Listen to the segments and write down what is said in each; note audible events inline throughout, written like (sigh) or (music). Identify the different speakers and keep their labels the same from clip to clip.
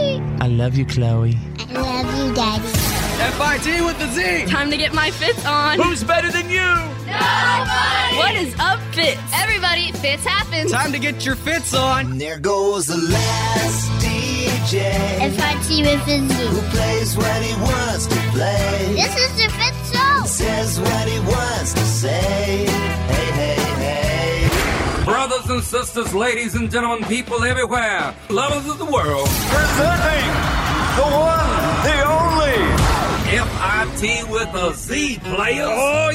Speaker 1: love you, Chloe.
Speaker 2: I love you, Daddy.
Speaker 3: FIT with the Z.
Speaker 4: Time to get my fits on.
Speaker 3: Who's better than you?
Speaker 4: What is up, fits?
Speaker 5: Everybody, fits happens.
Speaker 3: Time to get your fits on.
Speaker 6: There goes the last DJ
Speaker 2: If I see with
Speaker 6: who
Speaker 2: you.
Speaker 6: plays what he wants to play,
Speaker 2: This is the Fit Show.
Speaker 6: says what he wants to say. Hey, hey, hey.
Speaker 7: Brothers and sisters, ladies and gentlemen, people everywhere, lovers of the world,
Speaker 8: Presenting the one, the only.
Speaker 7: FIT with a Z players. Oh,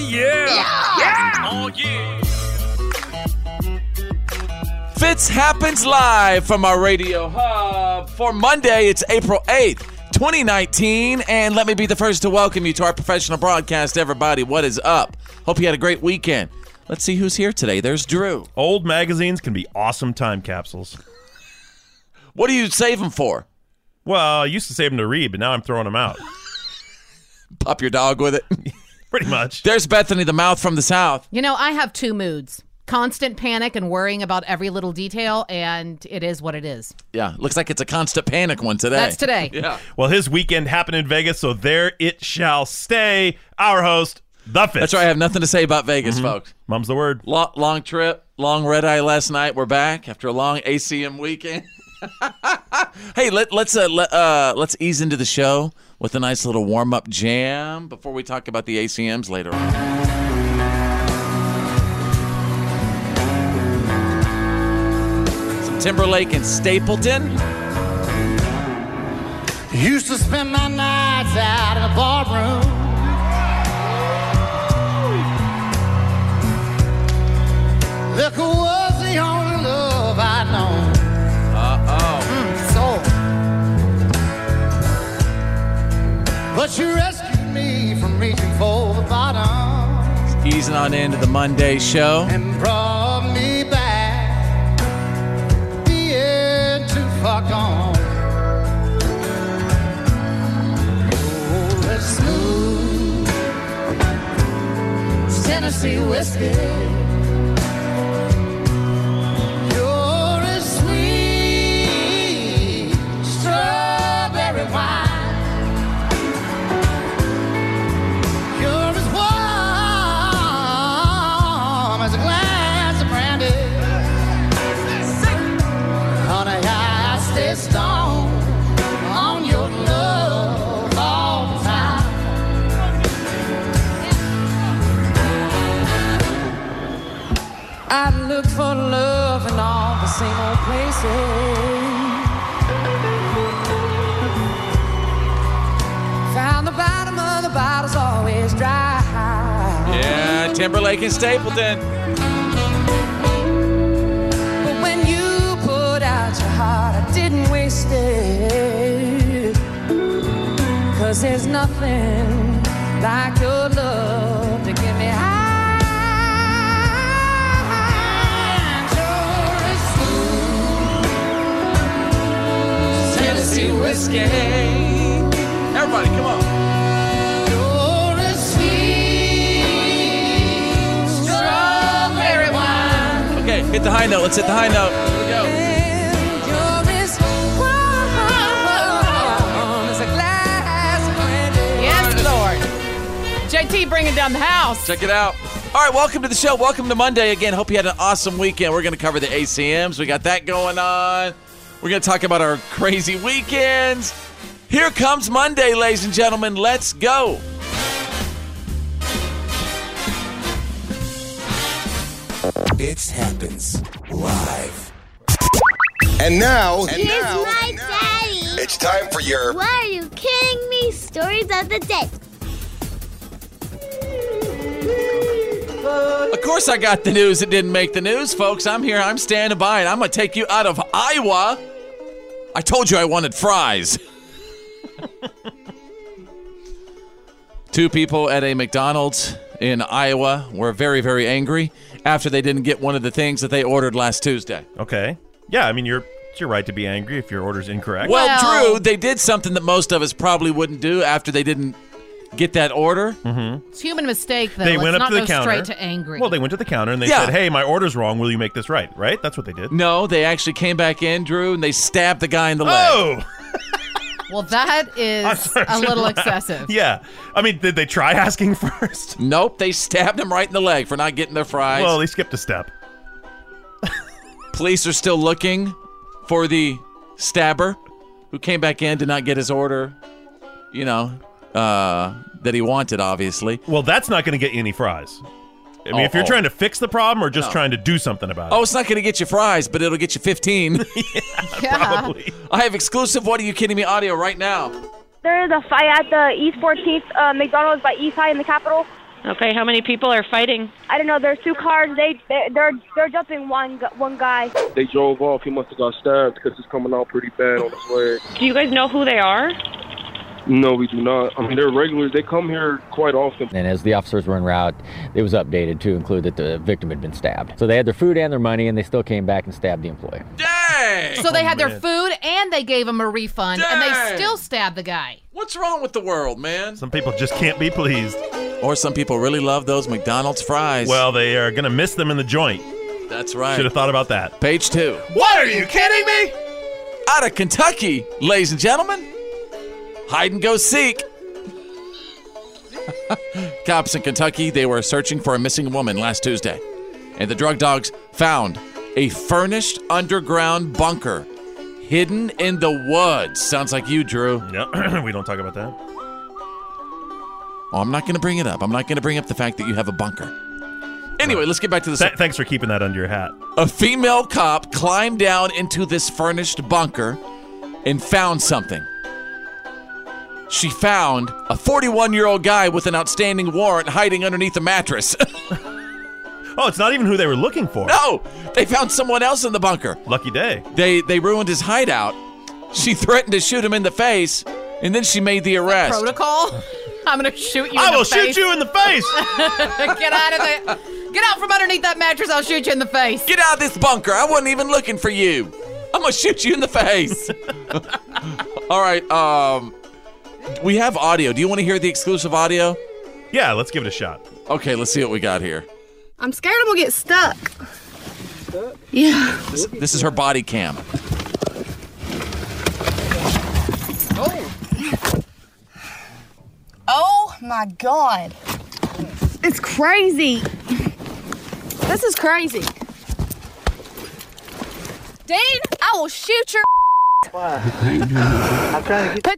Speaker 9: Fitz happens live from our radio hub for Monday. It's April 8th, 2019. And let me be the first to welcome you to our professional broadcast, everybody. What is up? Hope you had a great weekend. Let's see who's here today. There's Drew.
Speaker 8: Old magazines can be awesome time capsules.
Speaker 9: What do you save them for?
Speaker 8: Well, I used to save them to read, but now I'm throwing them out. (laughs)
Speaker 9: Pop your dog with it.
Speaker 1: (laughs)
Speaker 8: Pretty much.
Speaker 9: There's Bethany, the mouth from the south.
Speaker 10: You know, I have two moods constant panic and worrying about every little detail, and it is what it is.
Speaker 9: Yeah, looks like it's a constant panic one today.
Speaker 10: That's today.
Speaker 8: Well, his weekend happened in Vegas, so there it shall stay. Our host, The Fitz.
Speaker 9: That's right. I have nothing to say about Vegas,
Speaker 1: Mm-hmm.
Speaker 9: folks.
Speaker 8: Mum's the word.
Speaker 9: Long, long trip, long red eye last night. We're back after a long ACM weekend. (laughs) hey, let, let's uh, let, uh, let's ease into the show with a nice little warm up jam before we talk about the ACMs later on. Some Timberlake and Stapleton.
Speaker 6: Used to spend my nights out in the barroom. Liquor was the only love Mm, I know.
Speaker 9: Uh
Speaker 6: So, but you rescued me from reaching for the bottom
Speaker 9: oh, easing on into the Monday show.
Speaker 6: and brought me back, being too far gone. Oh, that smooth Tennessee whiskey. You're a sweet strawberry wine. You're as warm as a glass of brandy. Honey, I stay stoned on your love all the time. I look for love in all the same old places. Found the bottom of the bottle's always dry.
Speaker 9: Yeah, Timberlake and Stapleton.
Speaker 6: But when you put out your heart, I didn't waste it. Cause there's nothing like your love to get me high. You're a smooth Tennessee whiskey.
Speaker 9: Everybody, come on.
Speaker 6: You're a sweet strawberry wine.
Speaker 9: Okay, hit the high note. Let's hit the high note. Here we go.
Speaker 10: Yes, Lord. JT bringing down the house.
Speaker 9: Check it out. All right, welcome to the show. Welcome to Monday again. Hope you had an awesome weekend. We're going to cover the ACMs. We got that going on. We're going to talk about our crazy weekends. Here comes Monday, ladies and gentlemen. Let's go.
Speaker 6: It happens live.
Speaker 11: And now,
Speaker 2: Here's my daddy.
Speaker 11: it's time for your
Speaker 2: Why are you kidding me? Stories of the day.
Speaker 9: Of course, I got the news that didn't make the news, folks. I'm here. I'm standing by, and I'm going to take you out of Iowa. I told you I wanted fries. (laughs) Two people at a McDonald's in Iowa were very, very angry after they didn't get one of the things that they ordered last Tuesday.
Speaker 8: Okay. Yeah, I mean, you're, it's your right to be angry if your order's incorrect.
Speaker 9: Well,
Speaker 10: Well-
Speaker 9: Drew, they did something that most of us probably wouldn't do after they didn't get that order.
Speaker 10: It's human mistake, though.
Speaker 8: They
Speaker 10: Let's
Speaker 8: went up
Speaker 10: not
Speaker 8: to the
Speaker 10: go
Speaker 8: counter.
Speaker 10: straight to angry.
Speaker 8: Well, they went to the counter and they
Speaker 9: Yeah.
Speaker 8: said, "Hey, my order's wrong. Will you make this right?" Right? That's what they did.
Speaker 9: No, they actually came back in, Drew, and they stabbed the guy in the leg.
Speaker 8: Oh,
Speaker 10: Well, that
Speaker 8: (laughs) I'm
Speaker 10: is
Speaker 8: sorry,
Speaker 10: a little
Speaker 8: July. (laughs)
Speaker 10: excessive.
Speaker 8: Yeah. I mean, did they try asking (laughs) first?
Speaker 9: Nope, they stabbed him right in the leg for not getting their fries.
Speaker 8: Well, they skipped a step.
Speaker 9: Police are still looking for the stabber who came back in, did not get his order, you know, uh, that he wanted, obviously.
Speaker 8: Well, that's not going to get you any fries. I mean,
Speaker 9: Oh,
Speaker 8: if you're
Speaker 9: oh.
Speaker 8: trying to fix the problem or just
Speaker 9: No.
Speaker 8: trying to do something about
Speaker 9: Oh,
Speaker 8: it.
Speaker 9: it's not going to get you fries, but it'll get you
Speaker 8: (laughs)
Speaker 9: 15.
Speaker 10: Yeah.
Speaker 8: Probably.
Speaker 9: I have exclusive What Are You Kidding Me audio right now.
Speaker 1: There's a fight at the East 14th uh, McDonald's by East High in the Capitol.
Speaker 12: Okay, how many people are fighting?
Speaker 1: I don't know. There's two cars. They they- they're they're jumping one gu- one guy.
Speaker 13: They drove off. He must have got stabbed because it's coming out pretty bad on his leg.
Speaker 12: Do you guys know who they are?
Speaker 13: No, we do not. I mean, they're regulars. They come here quite often.
Speaker 14: And as the officers were en route, it was updated to include that the victim had been stabbed. So they had their food and their money, and they still came back and stabbed the employee.
Speaker 9: Dang!
Speaker 8: Oh,
Speaker 10: So they had their
Speaker 14: man.
Speaker 10: food and they gave him a refund and
Speaker 9: Dang.
Speaker 10: they still stabbed the guy.
Speaker 9: What's wrong with the world, man?
Speaker 8: (laughs) Some people just can't be pleased.
Speaker 9: Or some people really love those McDonald's fries.
Speaker 8: Well, they are going to miss them in the joint.
Speaker 9: that's right.
Speaker 8: Should have thought about that.
Speaker 9: Page two.
Speaker 8: What are you kidding me?
Speaker 9: Out of Kentucky, ladies and gentlemen. Hide and go seek. (laughs) Cops in Kentucky, they were searching for a missing woman last Tuesday. And the drug dogs found a furnished underground bunker hidden in the woods. Sounds like you, Drew.
Speaker 8: No, (clears throat) we don't talk about that.
Speaker 9: Oh, I'm not going to bring it up. I'm not going to bring up the fact that you have a bunker. Anyway, let's get back to this.
Speaker 8: Th- thanks for keeping that under your hat.
Speaker 9: A female cop climbed down into this furnished bunker and found something. She found a 41 year old guy with an outstanding warrant hiding underneath a mattress. (laughs)
Speaker 8: Oh, it's not even who they were looking for.
Speaker 9: no, Oh, they found someone else in the bunker.
Speaker 8: Lucky day.
Speaker 9: They, they ruined his hideout. She threatened to shoot him in the face, and then she made the arrest. (laughs)
Speaker 10: Protocol? (laughs) I'm gonna shoot you.
Speaker 8: I
Speaker 10: in
Speaker 8: will
Speaker 10: the
Speaker 8: shoot
Speaker 10: face.
Speaker 8: you
Speaker 10: (laughs)
Speaker 8: in the face.
Speaker 10: get out of the get out from underneath that mattress. I'll shoot you in the face.
Speaker 9: Get out of this bunker. I wasn't even looking for you. I'm going to shoot you in the face. All right. Um, we have audio. Do you want to hear the exclusive audio?
Speaker 8: Yeah, let's give it a shot.
Speaker 9: Okay, let's see what we got here.
Speaker 4: I'm scared I'm gonna get stuck. Yeah.
Speaker 9: This, this is her body cam.
Speaker 4: Oh my god. It's crazy. This is crazy. Dean, I will shoot your. Put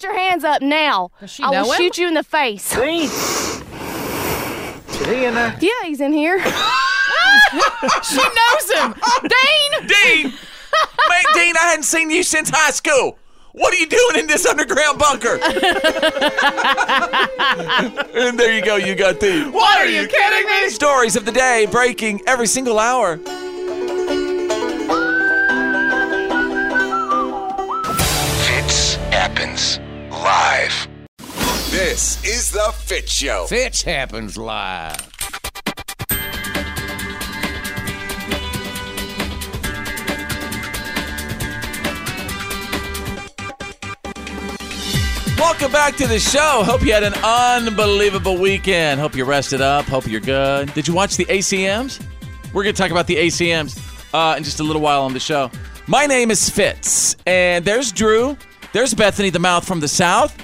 Speaker 4: your hands up now.
Speaker 10: she
Speaker 4: I will
Speaker 10: know him?
Speaker 4: shoot you in the face. Dean. Yeah, he's in here.
Speaker 10: she knows him.
Speaker 4: (laughs)
Speaker 9: (laughs)
Speaker 10: Dane.
Speaker 9: Dean! Man, Dean, I hadn't seen you since high school. What are you doing in this underground bunker? (laughs) and there you go, you got the. What are you kidding me? Stories of the day breaking every single hour.
Speaker 3: Fits happens live. This is the Fit Show.
Speaker 15: Fitch happens live.
Speaker 9: Welcome back to the show. Hope you had an unbelievable weekend. Hope you rested up. Hope you're good. Did you watch the ACMs? We're going to talk about the ACMs uh, in just a little while on the show. My name is Fitz, and there's Drew. There's Bethany, the mouth from the south.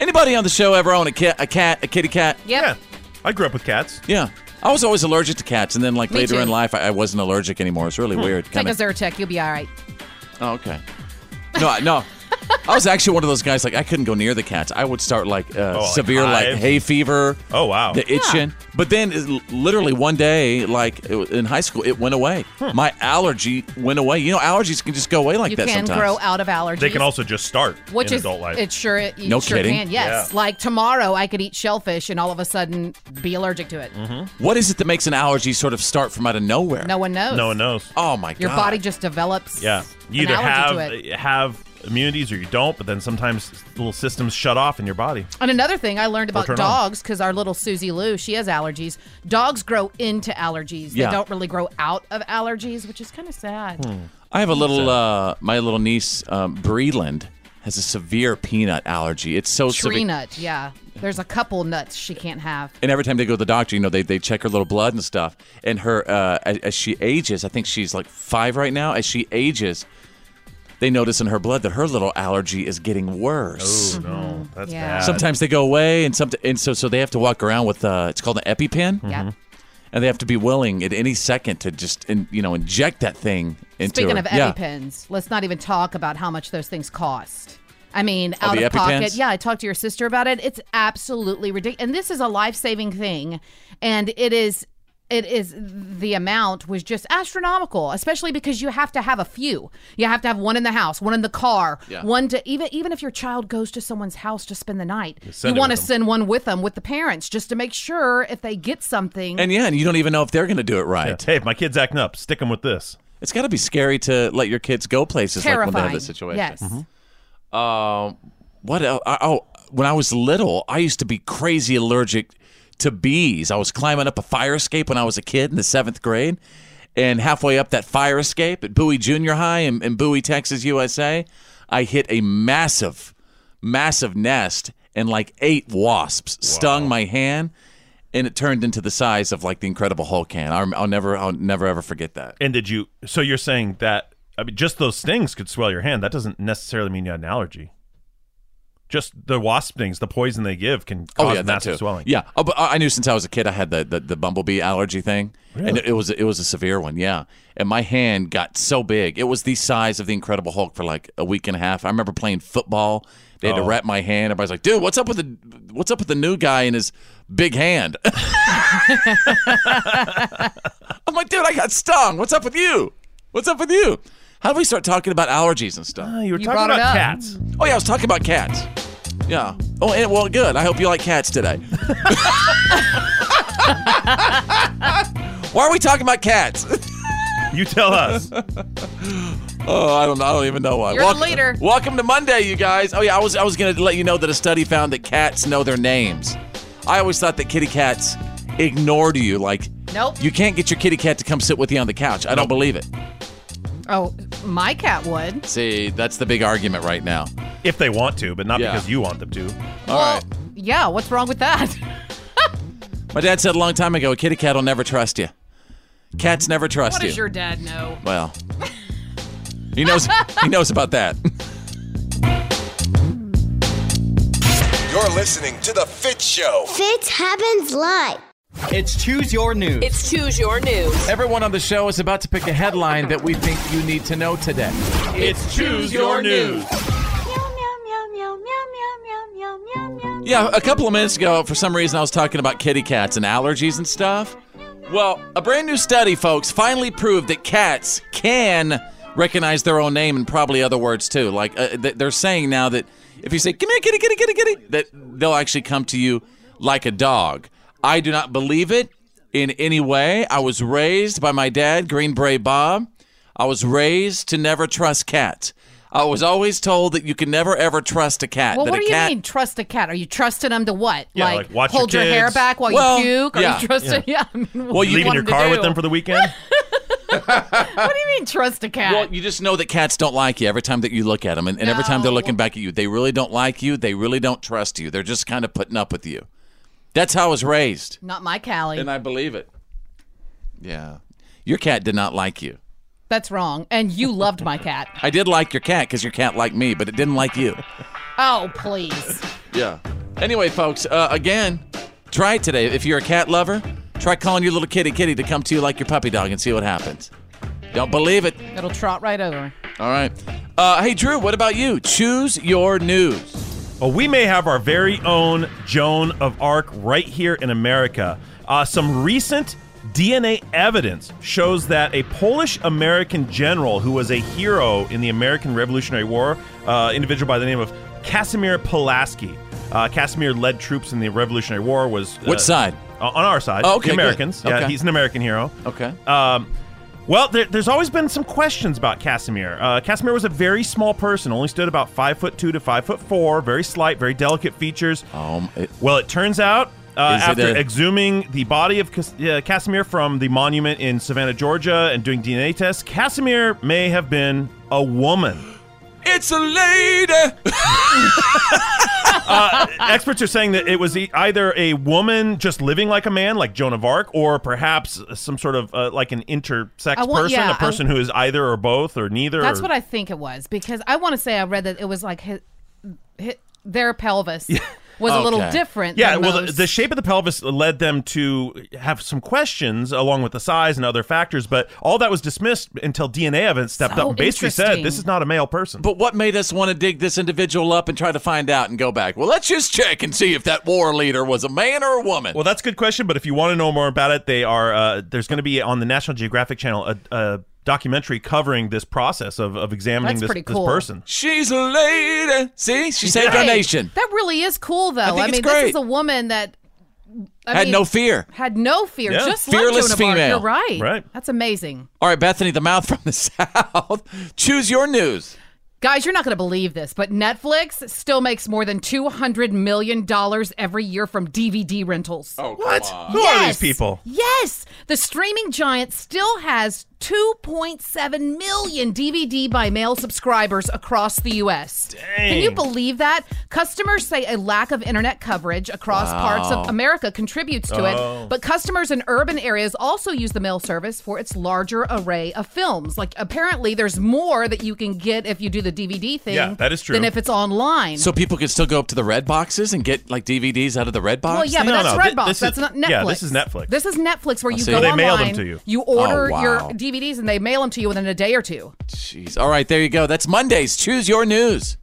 Speaker 9: Anybody on the show ever own a, ki- a cat, a kitty cat?
Speaker 10: Yeah.
Speaker 8: I grew up with cats.
Speaker 9: Yeah. I was always allergic to cats, and then like
Speaker 10: Me
Speaker 9: later
Speaker 10: too.
Speaker 9: in life, I, I wasn't allergic anymore. It's really weird.
Speaker 10: Take
Speaker 9: Kinda-
Speaker 10: a Zyrtec. You'll be all right.
Speaker 9: Oh, okay. No, I- no. I was actually one of those guys like I couldn't go near the cats. I would start like uh,
Speaker 8: Oh, like
Speaker 9: severe like,
Speaker 8: hives?
Speaker 9: hay fever.
Speaker 8: Oh wow.
Speaker 9: The itching. But then it- literally one day like it, in high school it went away. My allergy went away. You know allergies can just go away like
Speaker 10: you
Speaker 9: that
Speaker 10: can
Speaker 9: sometimes.
Speaker 10: grow out of allergies.
Speaker 8: They can also just start
Speaker 10: Which
Speaker 8: in
Speaker 10: is
Speaker 8: adult life.
Speaker 10: it sure it, you
Speaker 9: No
Speaker 10: sure
Speaker 9: kidding.
Speaker 10: can yes
Speaker 9: Yeah.
Speaker 10: like tomorrow I could eat shellfish and all of a sudden be allergic to it
Speaker 8: Mm-hmm.
Speaker 9: What is it that makes an allergy sort of start from out of nowhere?
Speaker 10: no one knows
Speaker 8: No one knows.
Speaker 9: Oh my
Speaker 10: your
Speaker 9: god.
Speaker 10: body just develops
Speaker 8: Yeah. You
Speaker 10: an
Speaker 8: either
Speaker 10: allergy to
Speaker 8: have have immunities or you don't, but then sometimes little systems shut off in your body.
Speaker 10: And another thing I learned about
Speaker 8: turn on.
Speaker 10: dogs, because our little Susie Lou, she has allergies. Dogs grow into allergies.
Speaker 9: Yeah.
Speaker 10: They don't really grow out of allergies, which is kind of sad.
Speaker 8: Hmm.
Speaker 9: I have a little uh my little niece um, Breland has a severe peanut allergy. It's so
Speaker 10: Tree
Speaker 9: severe.
Speaker 10: nut, yeah. There's a couple nuts she can't have.
Speaker 9: And every time they go to the doctor, you know, they, they check her little blood and stuff. And her, uh, as, as she ages, I think she's like five right now. As she ages, they notice in her blood that her little allergy is getting worse.
Speaker 8: Oh, no. That's
Speaker 10: Mm-hmm. Yeah.
Speaker 8: bad.
Speaker 9: Sometimes they go away, and some, and so so they have to walk around with uh, it's called an EpiPen.
Speaker 8: Mm-hmm.
Speaker 10: Yeah.
Speaker 9: And they have to be willing at any second to just in, you know inject that thing into
Speaker 10: Speaking
Speaker 9: her.
Speaker 10: of
Speaker 9: yeah.
Speaker 10: EpiPens, let's not even talk about how much those things cost. I mean,
Speaker 9: Oh,
Speaker 10: out
Speaker 9: the
Speaker 10: of pocket.
Speaker 9: EpiPens?
Speaker 10: Yeah, I talked to your sister about it. It's absolutely ridiculous. And this is a life-saving thing, and it is it is the amount was just astronomical, especially because you have to have a few. You have to have one in the house, one in the car,
Speaker 16: Yeah.
Speaker 10: one to even even if your child goes to someone's house to spend the night, you
Speaker 9: send it
Speaker 10: want to
Speaker 9: with them.
Speaker 10: send one with them with the parents just to make sure if they get something.
Speaker 9: And yeah, and you don't even know if they're going to do it right.
Speaker 8: hey, if my kid's acting up, stick them with this.
Speaker 9: It's got to be scary to let your kids go places like when they have
Speaker 10: Terrifying.
Speaker 9: this situation.
Speaker 10: Yes.
Speaker 9: Um, what else? Oh, when I was little, I used to be crazy allergic to bees. I was climbing up a fire escape when I was a kid in the seventh grade. And halfway up that fire escape at Bowie Junior High in, in Bowie, Texas, USA, I hit a massive, massive nest and like eight wasps stung my hand. And it turned into the size of like the Incredible Hulk can. I'll, I'll never, I'll never ever forget that.
Speaker 8: And did you? So you're saying that I mean, just those stings could swell your hand. That doesn't necessarily mean you had an allergy. Just the wasp stings, the poison they give, can cause
Speaker 9: Oh, that
Speaker 8: massive
Speaker 9: too.
Speaker 8: swelling.
Speaker 9: Yeah, oh, but I I knew since I was a kid I had the the, the bumblebee allergy thing, and
Speaker 8: Really?
Speaker 9: it, it was it was a severe one. Yeah, and my hand got so big it was the size of the Incredible Hulk for like a week and a half. I remember playing football. They had to
Speaker 8: Oh.
Speaker 9: wrap my hand. Everybody's like, "Dude, what's up with the what's up with the new guy and his big hand?" (laughs) I'm like, "Dude, I got stung. What's up with you? What's up with you? How do we start talking about allergies and stuff?"
Speaker 8: you were
Speaker 10: You
Speaker 8: talking
Speaker 10: brought it
Speaker 8: about
Speaker 10: up.
Speaker 8: cats.
Speaker 9: Oh yeah, I was talking about cats. Yeah. Oh, and, well, good. I hope you like cats
Speaker 10: (laughs)
Speaker 9: today. Why are we talking about cats?
Speaker 8: You
Speaker 9: (laughs)
Speaker 8: tell us.
Speaker 9: oh, I don't. I don't even know why.
Speaker 10: You're the leader.
Speaker 9: Welcome to Monday, you guys. Oh yeah, I was. I was gonna let you know that a study found that cats know their names. I always thought that kitty cats ignored you. Like,
Speaker 10: Nope.
Speaker 9: you can't get your kitty cat to come sit with you on the couch. I don't believe it.
Speaker 10: Oh, my cat would.
Speaker 9: See, that's the big argument right now.
Speaker 8: If they want to, but not because you want them to.
Speaker 9: All right.
Speaker 10: Yeah, what's wrong with that? (laughs)
Speaker 9: My dad said a long time ago, a kitty cat will never trust you. Cats never trust
Speaker 10: what
Speaker 9: you.
Speaker 10: does your dad know?
Speaker 9: Well, he knows he knows about that.
Speaker 3: You're listening to The Fit Show.
Speaker 2: Fit happens live.
Speaker 9: It's choose your news.
Speaker 17: It's Choose Your News.
Speaker 9: Everyone on the show is about to pick a headline that we think you need to know today.
Speaker 8: It's
Speaker 9: Choose Your News. Yeah, a couple of minutes ago, for some reason, I was talking about kitty cats and allergies and stuff. Well, a brand new study, folks, finally proved that cats can recognize their own name and probably other words too. Like uh, th- they're saying now that if you say "Come here, kitty, kitty, kitty, kitty," that they'll actually come to you like a dog. I do not believe it in any way. I was raised by my dad, Green Bray Bob. I was raised to never trust cats. I was always told that you can never ever trust a cat.
Speaker 10: Well,
Speaker 9: that
Speaker 10: what
Speaker 9: a
Speaker 10: do you
Speaker 9: cat
Speaker 10: mean trust a cat? Are you trusting them to what?
Speaker 9: Yeah,
Speaker 10: like,
Speaker 9: like, watch your
Speaker 10: hold your, hair
Speaker 9: kids.
Speaker 10: back while
Speaker 9: Well,
Speaker 10: you puke? Are
Speaker 9: yeah.
Speaker 10: you trusting?
Speaker 9: Yeah.
Speaker 10: Yeah. (laughs) I mean,
Speaker 9: Well,
Speaker 10: what do
Speaker 9: you-
Speaker 10: you
Speaker 8: Leaving
Speaker 10: want
Speaker 8: your
Speaker 10: them to
Speaker 8: car with
Speaker 10: do?
Speaker 8: them for the weekend?
Speaker 10: What do you mean trust a cat?
Speaker 9: Well, you just know that cats don't like you every time that you look at them, and, and every time they're looking back at you, they really don't like you. They really don't trust you. They're just kind of putting up with you. That's how I was raised,
Speaker 10: Not my Callie.
Speaker 9: and I believe it. Yeah, your cat did not like you.
Speaker 10: That's wrong. And you loved my cat.
Speaker 9: I did like your cat because your cat liked me, but it didn't like you.
Speaker 10: Oh, please.
Speaker 9: Yeah. Anyway, folks, uh, again, try it today. If you're a cat lover, try calling your little kitty kitty to come to you like your puppy dog and see what happens. Don't believe it.
Speaker 10: It'll trot right over.
Speaker 9: All right. Uh, hey, Drew, what about you? Choose your news.
Speaker 8: Well, Oh, we may have our very own Joan of Arc right here in America. Uh, some recent DNA evidence shows that a Polish American general who was a hero in the American Revolutionary War, uh, individual by the name of Casimir Pulaski, uh, Casimir led troops in the Revolutionary War. Was uh,
Speaker 9: Which side?
Speaker 8: Uh, on our side,
Speaker 9: Oh, okay,
Speaker 8: the
Speaker 9: good.
Speaker 8: Americans. Yeah,
Speaker 9: Okay.
Speaker 8: he's an American hero.
Speaker 9: Okay.
Speaker 8: Um, well, there, there's always been some questions about Casimir. Uh, Casimir was a very small person, only stood about five foot two to five foot four, very slight, very delicate features.
Speaker 9: Um, it-
Speaker 8: well, it turns out uh,
Speaker 9: Is it
Speaker 8: after
Speaker 9: a-
Speaker 8: exhuming the body of Cas- uh, Casimir from the monument in Savannah, Georgia, and doing DNA tests, Casimir may have been a woman.
Speaker 9: It's a lady.
Speaker 8: Uh, experts are saying that it was e- either a woman just living like a man, like Joan of Arc, or perhaps some sort of uh, like an intersex
Speaker 10: I want-
Speaker 8: person,
Speaker 10: yeah,
Speaker 8: a person
Speaker 10: I-
Speaker 8: who is either or both or neither.
Speaker 10: That's
Speaker 8: or-
Speaker 10: what I think it was because I want to say I read that it was like his, his, their pelvis was a little
Speaker 8: Okay.
Speaker 10: different.
Speaker 8: Yeah,
Speaker 10: than
Speaker 8: well, the,
Speaker 10: most.
Speaker 8: the shape of the pelvis led them to have some questions along with the size and other factors, but all that was dismissed until DNA evidence stepped
Speaker 9: So
Speaker 8: up and basically said
Speaker 9: interesting.
Speaker 8: this is not a male person.
Speaker 9: But what made us want to dig this individual up and try to find out and go back? Well, let's just check and see if that war leader was a man or a woman.
Speaker 8: Well, that's a good question. But if you want to know more about it, they are uh, there's going to be on the National Geographic Channel a, a documentary covering this process of, of examining
Speaker 10: That's
Speaker 8: this,
Speaker 10: pretty
Speaker 8: this
Speaker 10: cool.
Speaker 8: person.
Speaker 9: She's a lady. See, she saved our
Speaker 10: Hey,
Speaker 9: nation.
Speaker 10: That really is cool, though.
Speaker 9: I
Speaker 10: I,
Speaker 9: think
Speaker 10: mean,
Speaker 9: it's
Speaker 10: this
Speaker 9: great.
Speaker 10: is a woman that I
Speaker 9: Had
Speaker 10: mean,
Speaker 9: no fear.
Speaker 10: Had no fear.
Speaker 9: Yeah.
Speaker 10: Just
Speaker 9: Fearless
Speaker 10: like Joan of Arc.
Speaker 9: female.
Speaker 10: You're right.
Speaker 9: Right.
Speaker 10: That's amazing,
Speaker 9: All right, Bethany, the mouth from the (laughs) south. Choose your news.
Speaker 10: guys. You're not going to believe this, but Netflix still makes more than two hundred million dollars every year from DVD rentals.
Speaker 9: Oh,
Speaker 8: What? Who are these people?
Speaker 10: Yes, the streaming giant still has 2.7 million DVD by mail subscribers across the U.S. Can you
Speaker 16: Dang.
Speaker 10: believe that? Customers say a lack of internet coverage across
Speaker 16: Wow.
Speaker 10: parts of America contributes to
Speaker 16: Oh.
Speaker 10: it, but customers in urban areas also use the mail service for its larger array of films. Like, apparently, there's more that you can get if you do the DVD thing
Speaker 9: Yeah, that is true.
Speaker 10: than if it's online.
Speaker 9: So people can still go up to the red boxes and get like DVDs out of the red box.
Speaker 10: Well, yeah, but that's Redbox. that's not Netflix. This is Netflix where
Speaker 9: I
Speaker 10: you
Speaker 9: see.
Speaker 10: go
Speaker 9: So they
Speaker 10: online.
Speaker 9: mail them to you.
Speaker 10: You order
Speaker 9: Oh, wow.
Speaker 10: your DVDs and they mail them to you within a day or two.
Speaker 9: Jeez. All right, there you go. That's Mondays. Choose your news.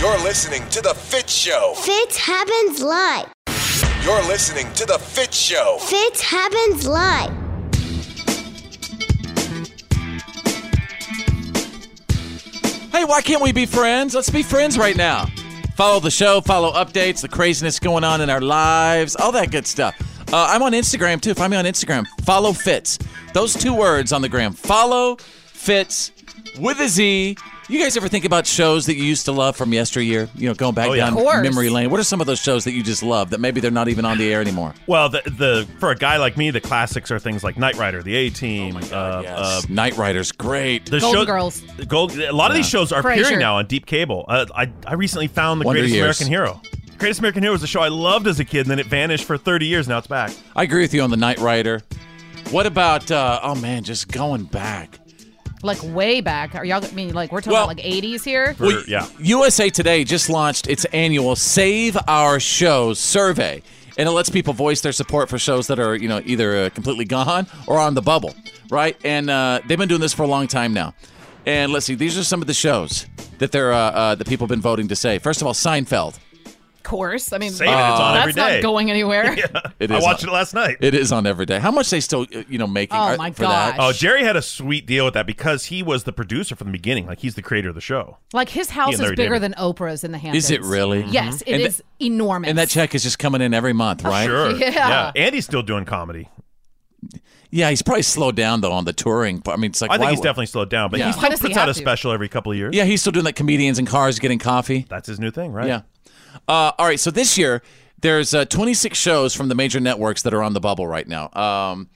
Speaker 3: You're listening to The Fit Show.
Speaker 2: Fitz happens live.
Speaker 3: You're listening to The Fit Show.
Speaker 2: Fitz happens live.
Speaker 9: Hey, why can't we be friends? Let's be friends right now. Follow the show, follow updates, the craziness going on in our lives, all that good stuff. Uh, I'm on Instagram too. Find me on Instagram. Follow Fitz. Those two words on the gram. Follow Fitz with a Z. You guys ever think about shows that you used to love from yesteryear? You know, going back
Speaker 8: Oh, yeah.
Speaker 9: down
Speaker 8: Of course.
Speaker 9: memory lane. What are some of those shows that you just love that maybe they're not even on the air anymore?
Speaker 8: Well, the, the for a guy like me, the classics are things like Knight Rider, The A
Speaker 9: Oh
Speaker 8: Team. uh, uh,
Speaker 9: Knight Rider's great.
Speaker 8: The
Speaker 10: Golden
Speaker 8: show-
Speaker 10: Girls.
Speaker 8: Gold, a lot of these
Speaker 10: Yeah.
Speaker 8: shows are
Speaker 10: Frasier.
Speaker 8: appearing now on deep cable. Uh, I I recently found The
Speaker 9: Wonder
Speaker 8: Greatest
Speaker 9: Years.
Speaker 8: American Hero. Greatest American Hero was a show I loved as a kid, and then it vanished for 30 years. Now it's back. (laughs)
Speaker 9: I agree with you on the Knight Rider. What about uh, oh man, just going back.
Speaker 10: Like way back. Are y'all? I mean, like we're talking
Speaker 9: Well-
Speaker 10: about like 80s here.
Speaker 9: yeah. USA Today just launched its annual Save Our Show survey, and it lets people voice their support for shows that are, you know, either uh, completely gone or on the bubble, right? And uh, they've been doing this for a long time now. And let's see, these are some of the shows that they're uh, uh, that people have been voting to save. First of all, Seinfeld.
Speaker 10: Of course. I mean,
Speaker 9: Save it, it's on
Speaker 10: that's
Speaker 9: every day.
Speaker 10: not going (laughs) anywhere.
Speaker 9: It
Speaker 8: I
Speaker 9: is
Speaker 8: watched
Speaker 9: on-
Speaker 8: it last night.
Speaker 9: It is on every day. How much they still, uh, you know, making? uh, for that?
Speaker 8: Oh, Jerry had a sweet deal with that because he was the producer from the beginning. Like he's the creator of the show.
Speaker 10: Like his house
Speaker 8: and
Speaker 10: is
Speaker 8: Larry
Speaker 10: bigger
Speaker 8: David.
Speaker 10: than Oprah's in the Hamptons.
Speaker 9: it really?
Speaker 10: Yes,
Speaker 9: Mhm.
Speaker 10: it is
Speaker 9: And that-
Speaker 10: enormous.
Speaker 9: And that check is just coming in every month, right?
Speaker 8: Sure.
Speaker 10: Yeah.
Speaker 8: Andy's still doing comedy.
Speaker 9: Yeah, he's probably slowed down though on the touring. But I mean, it's like
Speaker 8: I think
Speaker 9: why
Speaker 8: he's
Speaker 9: would-
Speaker 8: definitely slowed down, but
Speaker 9: Yeah.
Speaker 8: he
Speaker 9: Why
Speaker 8: still
Speaker 9: does he
Speaker 8: puts out
Speaker 9: have
Speaker 8: a
Speaker 9: to?
Speaker 8: special every couple of years.
Speaker 9: Yeah, he's still doing like comedians in cars getting coffee.
Speaker 8: That's his new thing, right?
Speaker 9: Yeah. Uh, all right. So this year, there's uh, 26 shows from the major networks that are on the bubble right now. Um,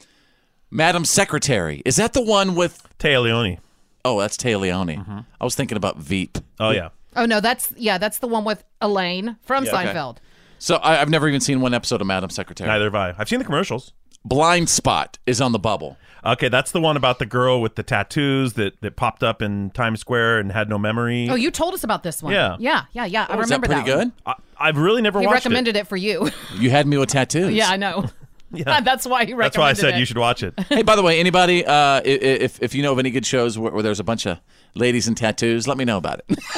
Speaker 9: Madam Secretary, is that the one with
Speaker 8: Taya Leone?
Speaker 9: Oh, that's Taya Leone.
Speaker 8: Mm-hmm.
Speaker 9: I was thinking about Veep.
Speaker 8: Oh yeah.
Speaker 10: oh no, that's yeah, that's the one with Elaine from
Speaker 9: Yeah. Okay.
Speaker 10: Seinfeld.
Speaker 9: So I, I've never even seen one episode of Madam Secretary.
Speaker 8: Neither have I. I've seen the commercials.
Speaker 9: Blind Spot is on the bubble.
Speaker 8: Okay, that's the one about the girl with the tattoos that, that popped up in Times Square and had no memory.
Speaker 10: Oh, you told us about this one.
Speaker 8: Yeah.
Speaker 10: yeah, yeah, yeah. I
Speaker 8: Oh, is that
Speaker 10: remember
Speaker 8: pretty
Speaker 10: one.
Speaker 8: good? I, I've really never
Speaker 10: He
Speaker 8: watched
Speaker 10: recommended it. for you. (laughs)
Speaker 9: good? You had me with tattoos.
Speaker 10: yeah, I (laughs) know. that's why he recommended
Speaker 8: That's why I said
Speaker 10: it.
Speaker 8: you should watch
Speaker 10: (laughs)
Speaker 8: it.
Speaker 9: hey, by the way, anybody, uh, i- i- if if you know of any good shows where, where there's a bunch of ladies in tattoos, let me know
Speaker 10: (laughs)
Speaker 9: about it. (laughs)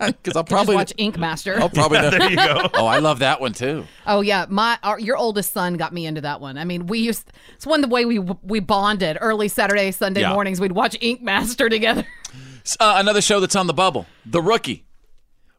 Speaker 9: Because I'll
Speaker 10: Could just
Speaker 9: probably Oh.
Speaker 10: watch Ink Master.
Speaker 9: I'll probably
Speaker 8: (laughs)
Speaker 9: know.
Speaker 8: there you go.
Speaker 9: Oh, I love that one too.
Speaker 10: (laughs) Oh yeah, my our, your oldest son got me into that one. I mean, we used it's one of the way we we bonded early Saturday Sunday
Speaker 9: Yeah.
Speaker 10: mornings. We'd watch Ink
Speaker 9: (laughs)
Speaker 10: Master together.
Speaker 9: S- Uh, another show that's on the bubble, The Rookie,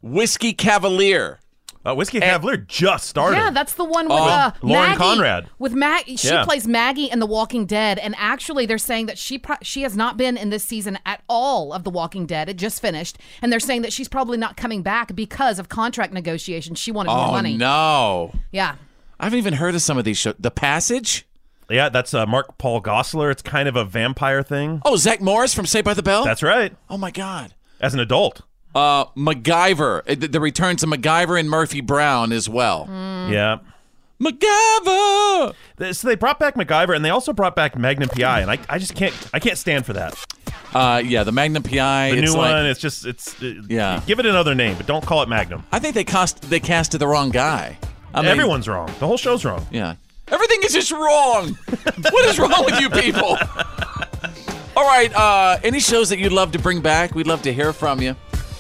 Speaker 9: Whiskey Cavalier.
Speaker 8: Uh, Whiskey Cavalier just started.
Speaker 10: Yeah, that's the one with
Speaker 9: Oh,
Speaker 10: uh,
Speaker 8: Lauren
Speaker 10: Maggie,
Speaker 8: Conrad.
Speaker 10: With Maggie, she
Speaker 8: Yeah.
Speaker 10: plays Maggie in The Walking Dead, and actually, they're saying that she pro- she has not been in this season at all of The Walking Dead. It just finished, and they're saying that she's probably not coming back because of contract negotiations. She wanted more
Speaker 9: Oh
Speaker 10: money.
Speaker 9: no,
Speaker 10: Yeah.
Speaker 9: I haven't even heard of some of these shows. The Passage.
Speaker 8: Yeah, that's uh, Mark Paul Gosselaar. It's kind of a vampire thing.
Speaker 9: Oh, Zach Morris from Saved by the Bell?
Speaker 8: That's right.
Speaker 9: Oh my God.
Speaker 8: As an adult.
Speaker 9: Uh, MacGyver. Uh, The the return to MacGyver and Murphy Brown as well.
Speaker 10: Mm.
Speaker 8: Yeah.
Speaker 9: MacGyver.
Speaker 8: So they brought back MacGyver, and they also brought back Magnum PI, and I, I just can't I can't stand for that.
Speaker 9: Uh, yeah, the Magnum PI.
Speaker 8: The
Speaker 9: it's
Speaker 8: new
Speaker 9: like-
Speaker 8: one. It's just it's it-
Speaker 9: Yeah.
Speaker 8: Give it another name, but don't call it Magnum.
Speaker 9: I think they cast they casted the wrong guy. I mean-
Speaker 8: Everyone's wrong. The whole show's wrong.
Speaker 9: Yeah. Everything is just wrong. (laughs) what is wrong with you people? All right. Uh, any shows that you'd love to bring back? We'd love to hear from you.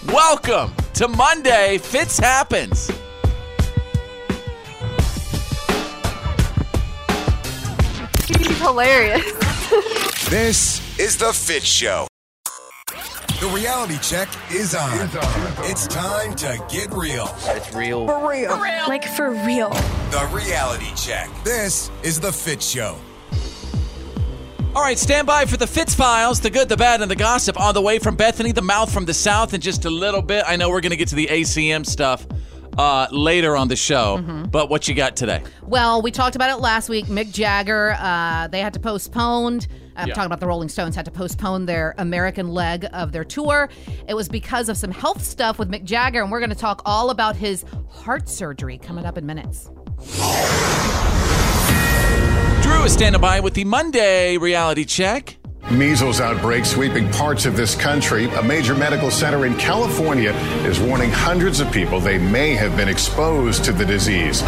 Speaker 9: Welcome to Monday. Fitz happens.
Speaker 3: He's hilarious. this is The Fit Show. The reality check is on. It's time to get real. It's real.
Speaker 4: real. Like for real.
Speaker 3: The reality check. This is The Fit Show.
Speaker 9: All right, stand by for the Fitz Files, the good, the bad, and the gossip on the way from Bethany, the mouth from the south, in just a little bit. I know we're going to get to the ACM stuff uh, later on the show, but what you got today?
Speaker 10: Well, we talked about it last week. Mick Jagger, uh, they had to postpone. I'm
Speaker 9: Yeah.
Speaker 10: talking about the Rolling Stones had to postpone their American leg of their tour. It was because of some health stuff with Mick Jagger, and we're going to talk all about his heart surgery coming up in minutes.
Speaker 9: Drew is standing by with the Monday reality check.
Speaker 16: Measles outbreak sweeping parts of this country. A major medical center in California is warning hundreds of people they may have been exposed to the disease.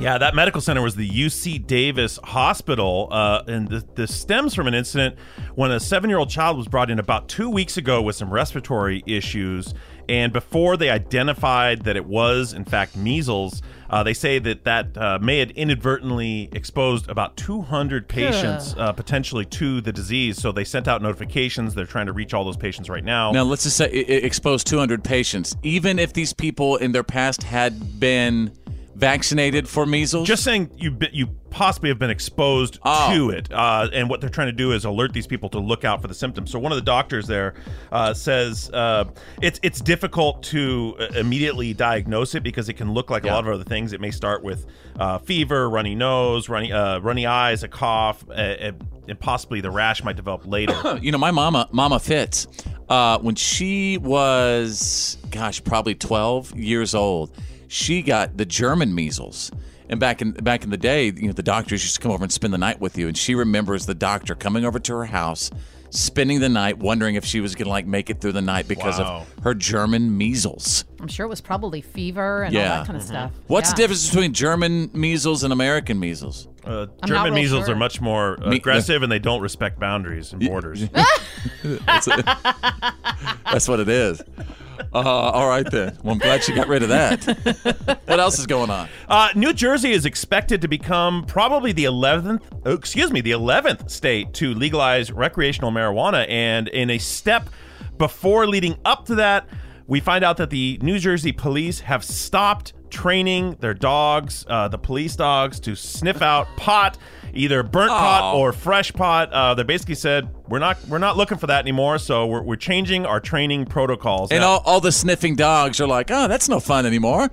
Speaker 8: Yeah, that medical center was the UC Davis Hospital, uh, and th- this stems from an incident when a seven-year-old child was brought in about two weeks ago with some respiratory issues. And before they identified that it was, in fact, measles, uh, they say that that uh, may have inadvertently exposed about 200 patients uh, potentially to the disease. So they sent out notifications. They're trying to reach all those patients right now.
Speaker 9: Now, let's just say e, it, it exposed 200 patients. Even if these people in their past had been vaccinated for measles,
Speaker 8: Just saying you be- you possibly have been exposed to it, uh, and what they're trying to do is alert these people to look out for the symptoms. So one of the doctors there uh, says uh, it's it's difficult to uh, immediately diagnose it because it can look like a lot of other things. It may start with uh, fever, runny nose, runny uh, runny eyes, a cough, uh, uh, and possibly the rash might develop later. Uh,
Speaker 9: you know, my mama, Mama Fitz, uh, when she was, gosh, probably 12 years old, she got the German measles. And back in back in the day, you know, the doctors used to come over and spend the night with you. And she remembers the doctor coming over to her house, spending the night, wondering if she was gonna like make it through the night because
Speaker 10: Wow.
Speaker 9: of her German measles.
Speaker 10: I'm sure it was probably fever and all that kind of stuff.
Speaker 9: Mm-hmm. What's
Speaker 10: Yeah.
Speaker 9: the difference between German measles and American measles?
Speaker 8: Uh,
Speaker 10: not
Speaker 8: German
Speaker 10: real
Speaker 8: measles
Speaker 10: sure.
Speaker 8: are much more uh,
Speaker 9: Me-
Speaker 8: aggressive, and they don't respect boundaries and borders.
Speaker 9: that's, that's what it is. Uh, all right then. Well, I'm glad you got rid of that. what else is going on?
Speaker 8: Uh, New Jersey is expected to become probably the 11th, oh, excuse me, the 11th state to legalize recreational marijuana. And in a step before leading up to that, we find out that the New Jersey police have stopped training their dogs, uh, the police dogs, to sniff out pot, either burnt pot
Speaker 9: Aw.
Speaker 8: or fresh pot. Uh, they basically said we're not we're not looking for that anymore. So we're, we're changing our training protocols.
Speaker 9: And
Speaker 8: Now-
Speaker 9: all, all the sniffing dogs are like, oh, that's no fun anymore.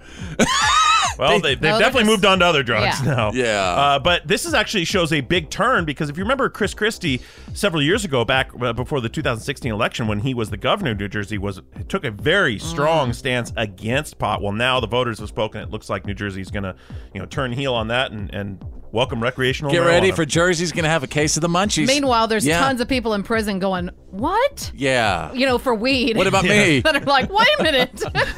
Speaker 8: Well, they, have
Speaker 9: No, they're
Speaker 8: definitely
Speaker 9: just-
Speaker 8: moved on to other drugs
Speaker 9: Yeah.
Speaker 8: now.
Speaker 9: Yeah.
Speaker 8: Uh, but this is actually shows a big turn because if you remember Chris Christie several years ago, back uh, before the 2016 election, when he was the governor of New Jersey, was took a
Speaker 9: Mm.
Speaker 8: very strong stance against pot. Well, now the voters have spoken. It looks like New Jersey is going to, you know, turn heel on that and and welcome recreational.
Speaker 9: Get ready
Speaker 8: marijuana.
Speaker 9: for Jersey's going to have a case of the munchies.
Speaker 10: Meanwhile, there's
Speaker 9: yeah.
Speaker 10: tons of people in prison going, "What?"
Speaker 9: Yeah.
Speaker 10: You know, for weed.
Speaker 8: What
Speaker 10: (laughs)
Speaker 8: about me?
Speaker 10: that are like, "Wait a minute." (laughs)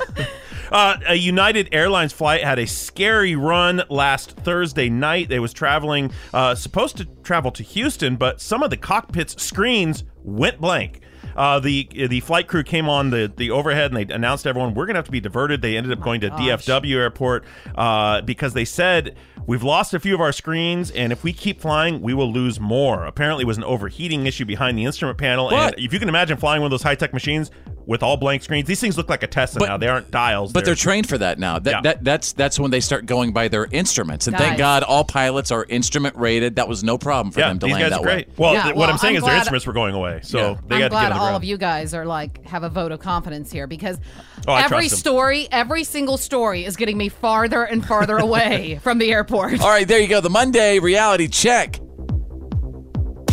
Speaker 8: Uh, a United Airlines flight had a scary run last Thursday night. They was traveling, uh, supposed to travel to Houston, but some of the cockpit's screens went blank. Uh, the the flight crew came on the, the overhead and they announced to everyone we're gonna have to be diverted. They ended up going to
Speaker 10: gosh.
Speaker 8: DFW airport uh, because they said we've lost a few of our screens and if we keep flying we will lose more. Apparently, it was an overheating issue behind the instrument panel.
Speaker 9: But-
Speaker 8: and if you can imagine flying one of those high tech machines with all blank screens, these things look like a Tesla now. They aren't dials.
Speaker 9: But they're trained for that now. That, that that's that's when they start going by their instruments. And thank
Speaker 8: Nice.
Speaker 9: God all pilots are instrument rated. That was no problem for
Speaker 8: yeah,
Speaker 9: them to
Speaker 8: these
Speaker 9: land
Speaker 8: guys
Speaker 9: that
Speaker 8: are great.
Speaker 9: way.
Speaker 8: Well,
Speaker 10: Yeah,
Speaker 8: th-
Speaker 10: well,
Speaker 8: what I'm saying
Speaker 10: I'm
Speaker 8: is their
Speaker 10: glad-
Speaker 8: instruments were going away, so
Speaker 9: Yeah.
Speaker 8: they
Speaker 10: I'm
Speaker 8: got to
Speaker 10: glad
Speaker 8: get on the
Speaker 10: all
Speaker 8: ground.
Speaker 10: of you guys are like have a vote of confidence here because
Speaker 8: Oh, I
Speaker 10: every
Speaker 8: trust 'em.
Speaker 10: story, every single
Speaker 8: (laughs)
Speaker 10: story is getting me farther and farther away from the airport.
Speaker 9: All right, there you go. The Monday reality check.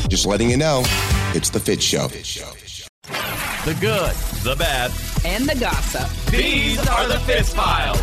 Speaker 3: Just letting you know, it's the Fit Show.
Speaker 9: The good, the bad,
Speaker 18: and the gossip.
Speaker 9: These are the Fitz Files.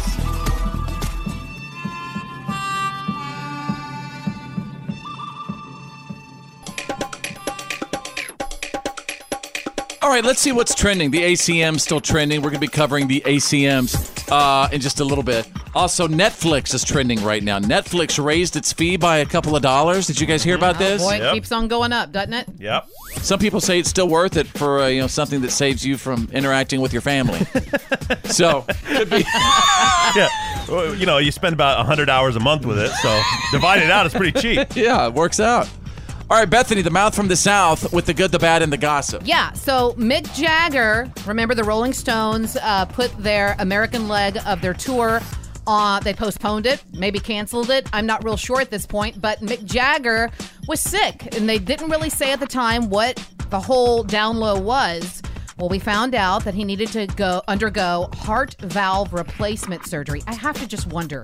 Speaker 9: All right, let's see what's trending. The ACM's still trending. We're going to be covering the ACMs uh, in just a little bit. Also, Netflix is trending right now. Netflix raised its fee by a couple of dollars. Did you guys hear about this?
Speaker 10: Mm-hmm. Oh, Boy, it keeps on going up, doesn't it?
Speaker 8: Yep.
Speaker 9: Some people say it's still worth it for uh, you know something that saves you from interacting with your family.
Speaker 10: (laughs)
Speaker 9: so
Speaker 8: yeah. Well, You know, you spend about 100 hours a month with it, so divide it out, it's
Speaker 10: (laughs)
Speaker 8: pretty cheap.
Speaker 9: yeah, it works out. All right, Bethany, the mouth from the south with the good, the bad, and the gossip.
Speaker 10: Yeah, so Mick Jagger, remember the Rolling Stones uh, put their American leg of their tour on, they postponed it, maybe canceled it. I'm not real sure at this point, but Mick Jagger was sick, and they didn't really say at the time what the whole down low was. Well, we found out that he needed to go undergo heart valve replacement surgery. I have to just wonder.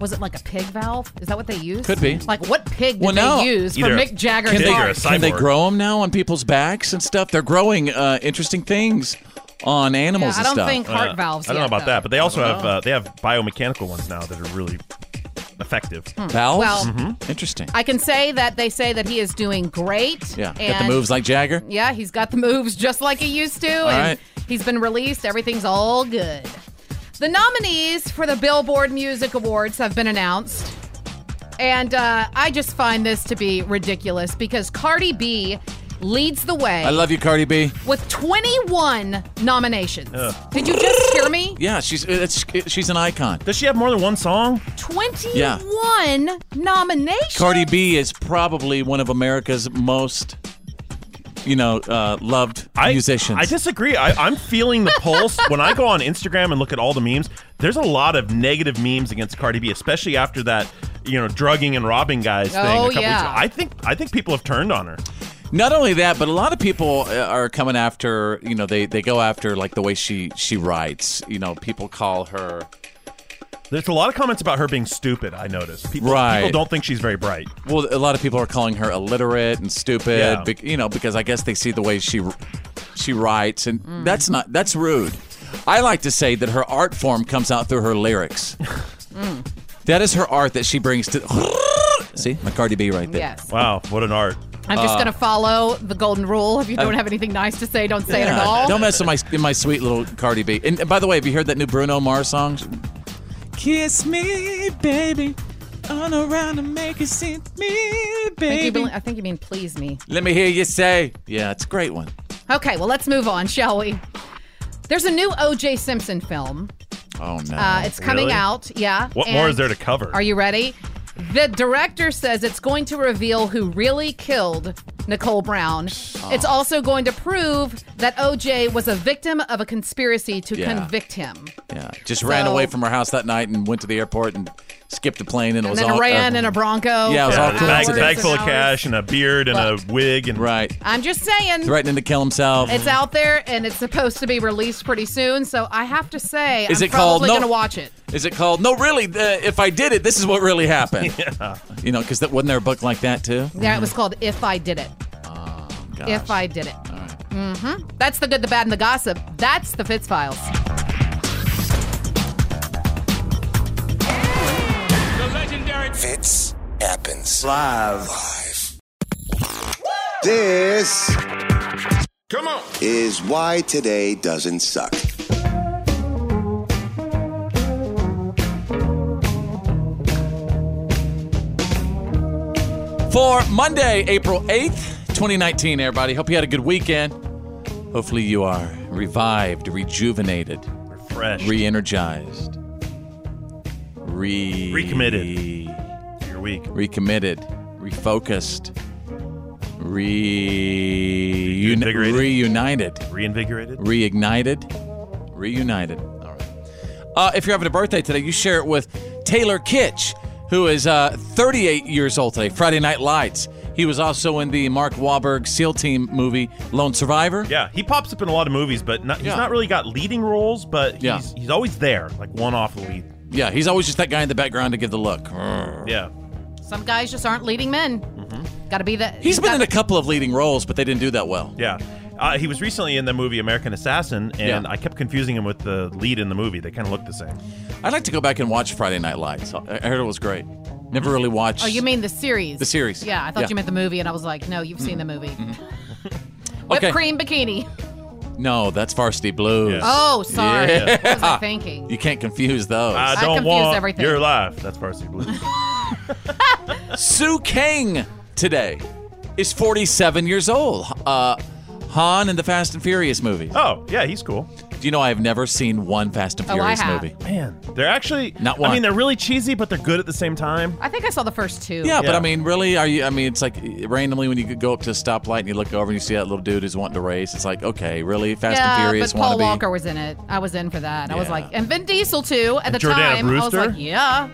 Speaker 10: Was it like a pig valve? Is that what they used?
Speaker 9: Could be.
Speaker 10: Like what pig did
Speaker 9: Well, now-
Speaker 10: they use for Mick Jagger's
Speaker 9: Can
Speaker 10: heart?
Speaker 9: they, can they grow them now on people's backs and stuff? They're growing uh, interesting things on animals
Speaker 10: Yeah,
Speaker 9: and
Speaker 10: I don't
Speaker 9: stuff.
Speaker 10: think heart Uh, valves
Speaker 8: I don't know
Speaker 10: yet,
Speaker 8: about
Speaker 10: though.
Speaker 8: that, but they also
Speaker 10: I don't
Speaker 8: have
Speaker 10: know.
Speaker 8: uh, they have biomechanical ones now that are really effective.
Speaker 10: Hmm. Valves? Well-
Speaker 9: Mm-hmm. Interesting.
Speaker 10: I can say that they say that he is doing great.
Speaker 9: Yeah,
Speaker 10: and
Speaker 9: got the moves like Jagger.
Speaker 10: Yeah, he's got the moves just like he used to.
Speaker 9: All
Speaker 10: and
Speaker 9: right.
Speaker 10: He's been released. Everything's all good. The nominees for the Billboard Music Awards have been announced. And uh, I just find this to be ridiculous because Cardi B leads the way
Speaker 9: I love you, Cardi B.
Speaker 10: with 21 nominations. Did you just hear me?
Speaker 9: Yeah, she's it's, she's an icon.
Speaker 8: Does she have more than one song?
Speaker 10: 21
Speaker 9: Yeah.
Speaker 10: nominations.
Speaker 9: Cardi B is probably one of America's most, you know, uh, loved musicians.
Speaker 8: I disagree. I, I'm feeling the
Speaker 9: (laughs)
Speaker 8: pulse. when I go on Instagram and look at all the memes, there's a lot of negative memes against Cardi B, especially after that, you know, drugging and robbing guys thing a
Speaker 9: Oh,
Speaker 8: couple
Speaker 9: yeah.
Speaker 8: weeks ago. I think I think people have turned on her.
Speaker 9: Not only that, but a lot of people uh, are coming after. You know, they they go after like the way she she writes. You know, people call her.
Speaker 8: There's a lot of comments about her being stupid. I noticed. People,
Speaker 9: Right.
Speaker 8: people don't think she's very bright.
Speaker 9: Well, a lot of people are calling her illiterate and stupid.
Speaker 8: Yeah.
Speaker 9: bec- you know, because I guess they see the way she she writes, and
Speaker 10: Mm.
Speaker 9: that's not that's rude. I like to say that her art form comes out through her lyrics.
Speaker 10: (laughs) Mm.
Speaker 9: that is her art that she brings to. (laughs) See, my Cardi B right there.
Speaker 10: Yes.
Speaker 8: Wow, what an art!
Speaker 10: I'm
Speaker 8: Uh,
Speaker 10: just going to follow the golden rule. If you
Speaker 9: I-
Speaker 10: don't have anything nice to say, don't say it at
Speaker 9: Yeah,
Speaker 10: all.
Speaker 9: Don't mess with my my sweet little Cardi B. And and by the way, have you heard that new Bruno Mars song? Kiss me, baby. On around and make it seem me,
Speaker 10: I think, you
Speaker 9: baby.
Speaker 10: bel- I think you mean please me.
Speaker 9: Let me hear you say. Yeah, it's a great one.
Speaker 10: Okay, well, let's move on, shall we? There's a new O.J. Simpson film.
Speaker 9: Oh no.
Speaker 10: Uh, it's coming out. Yeah.
Speaker 8: What more
Speaker 10: and-
Speaker 8: is there to cover?
Speaker 10: Are you ready? The director says it's going to reveal who really killed Nicole Brown. It's also going to prove that OJ was a victim of a conspiracy to
Speaker 9: Yeah.
Speaker 10: convict him.
Speaker 9: Yeah, just ran
Speaker 10: So-
Speaker 9: away from her house that night and went to the airport and skipped a plane and, it
Speaker 10: And
Speaker 9: was
Speaker 10: then
Speaker 9: all
Speaker 10: ran
Speaker 9: uh,
Speaker 10: in a Bronco.
Speaker 9: Yeah, it was
Speaker 10: for
Speaker 9: all
Speaker 10: hours
Speaker 8: Bag,
Speaker 10: and
Speaker 8: bag full of
Speaker 10: hours.
Speaker 8: cash and a beard and a wig and
Speaker 9: right.
Speaker 10: I'm just saying.
Speaker 9: threatening to kill himself.
Speaker 10: It's out there and it's supposed to be released pretty soon. So I have to say,
Speaker 9: Is
Speaker 10: I'm
Speaker 9: it called-
Speaker 10: probably
Speaker 9: no-
Speaker 10: going to watch it.
Speaker 9: Is it called? No, really. Uh, if I did it, this is what really happened. yeah. You know, because that wasn't there a book like that too.
Speaker 10: Yeah, it was called If I Did It.
Speaker 9: gosh.
Speaker 10: If I Did It. hmm That's the good, the bad, and the gossip. That's the Fitz Files.
Speaker 3: The legendary Fits happens live. Live. This come on is why today doesn't suck.
Speaker 9: for Monday, April 8th, 2019, everybody. Hope you had a good weekend. Hopefully, you are revived, rejuvenated,
Speaker 8: refreshed,
Speaker 9: re energized, re-
Speaker 8: Recommitted. Your week.
Speaker 9: Recommitted, refocused, re- reunited,
Speaker 8: reinvigorated,
Speaker 9: reignited, reunited. All right. Uh, if you're having a birthday today, you share it with Taylor Kitsch, who is uh, 38 years old today. Friday Night Lights. He was also in the Mark Wahlberg SEAL Team movie Lone Survivor.
Speaker 8: Yeah, he pops up in a lot of movies, but not, he's
Speaker 9: Yeah.
Speaker 8: not really got leading roles. But he's
Speaker 9: Yeah.
Speaker 8: he's always there, like one off lead.
Speaker 9: Yeah,
Speaker 8: Mm.
Speaker 9: he's always just that guy in the background to give the look.
Speaker 8: Yeah.
Speaker 10: Some guys just aren't leading men. got to be the.
Speaker 9: Mm-hmm. He's been
Speaker 10: got-
Speaker 9: in a couple of leading roles, but they didn't do that well.
Speaker 8: Yeah. Uh, he was recently in the movie American Assassin, and
Speaker 9: Yeah.
Speaker 8: I kept confusing him with the lead in the movie. They kind of look the same.
Speaker 9: I'd like to go back and watch Friday Night Lights. I I heard it was great. Never really watched.
Speaker 10: Oh, you mean the series?
Speaker 9: The series.
Speaker 10: Yeah, I thought
Speaker 9: Yeah. Mm-hmm.
Speaker 10: you meant the movie, and I was like, no, you've seen the movie. Whipped
Speaker 9: Okay.
Speaker 10: cream bikini.
Speaker 9: No, that's Varsity Blues.
Speaker 10: Oh, sorry.
Speaker 9: Yeah.
Speaker 10: What
Speaker 9: (laughs)
Speaker 10: was I thinking?
Speaker 9: You can't confuse those.
Speaker 8: Uh,
Speaker 10: I I don't confuse want everything. your
Speaker 8: life. That's Varsity
Speaker 9: (laughs)
Speaker 8: Blues.
Speaker 9: Sue Kang today is 47 years old. Uh, Han in the Fast and Furious movies.
Speaker 8: Oh, yeah, he's cool.
Speaker 9: Do you know I have never seen one Fast and
Speaker 10: Oh, I
Speaker 9: Furious
Speaker 10: have.
Speaker 9: movie?
Speaker 8: Man, they're actually
Speaker 9: Not one.
Speaker 8: I mean, they're really cheesy, but they're good at the same time.
Speaker 10: I think I saw the first two.
Speaker 9: Yeah, but I mean, really, are you? I mean, it's like randomly when you go up to a stoplight and you look over and you see that little dude who's wanting to race. It's like, okay, really, Fast
Speaker 10: yeah,
Speaker 9: and Furious
Speaker 10: but Paul
Speaker 9: wannabe.
Speaker 10: Walker was in it. I was in for that. I was
Speaker 9: Yeah.
Speaker 10: like, and Vin Diesel too. At
Speaker 9: And
Speaker 10: the
Speaker 9: Jordana
Speaker 10: time, I was
Speaker 9: Brewster?
Speaker 10: like, yeah.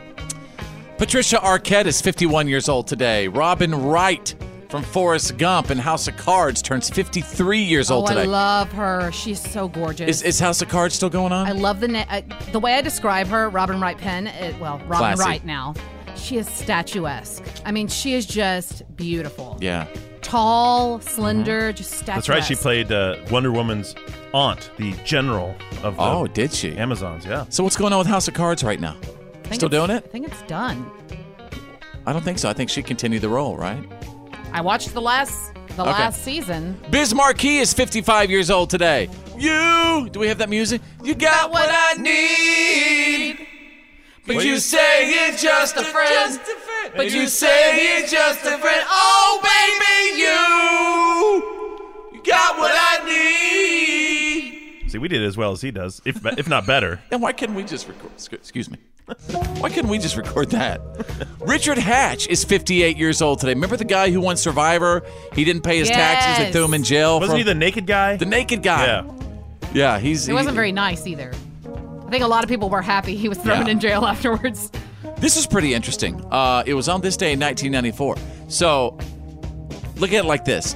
Speaker 9: Patricia Arquette is 51 years old today. Robin Wright from Forrest Gump and House of Cards turns 53 years
Speaker 10: Oh,
Speaker 9: old today.
Speaker 10: I love her. She's so gorgeous.
Speaker 9: is, is House of Cards still going on?
Speaker 10: I love the na- uh, the way I describe her, Robin Wright Penn. It, well, Robin
Speaker 9: Classy.
Speaker 10: Wright now. She is statuesque. I mean, she is just beautiful.
Speaker 9: yeah. Mm-hmm.
Speaker 10: Tall, slender, just statuesque.
Speaker 8: That's right. She played uh, Wonder Woman's aunt, the general of the
Speaker 9: Oh, did she?
Speaker 8: Amazons, yeah.
Speaker 9: So what's going on with House of Cards right now?
Speaker 10: I think
Speaker 9: Still
Speaker 10: it's-
Speaker 9: doing it?
Speaker 10: I think it's done.
Speaker 9: I don't think so. I think she continued the role, right?
Speaker 10: I watched the last the
Speaker 9: Okay.
Speaker 10: last season.
Speaker 9: Biz Marquis is 55 years old today. You, do we have that music? You got what I need. But you say you're just a friend. But you say you're just a friend. Oh, baby, you. You got what I need.
Speaker 8: See, we did as well as he does, if if
Speaker 9: (laughs)
Speaker 8: not better.
Speaker 9: And why couldn't we just record? sc- Excuse me. Why couldn't we just record that? Richard Hatch is 58 years old today. Remember the guy who won Survivor? He didn't pay his taxes. They
Speaker 10: Yes.
Speaker 9: threw him in jail.
Speaker 8: Wasn't
Speaker 9: for-
Speaker 8: he the naked guy?
Speaker 9: The naked guy. Yeah. Yeah, he's.
Speaker 10: It wasn't very nice either. I think a lot of people were happy he was thrown
Speaker 9: Yeah.
Speaker 10: in jail (laughs) afterwards.
Speaker 9: This is pretty interesting. Uh, it was on this day in 1994. So, look at it like this.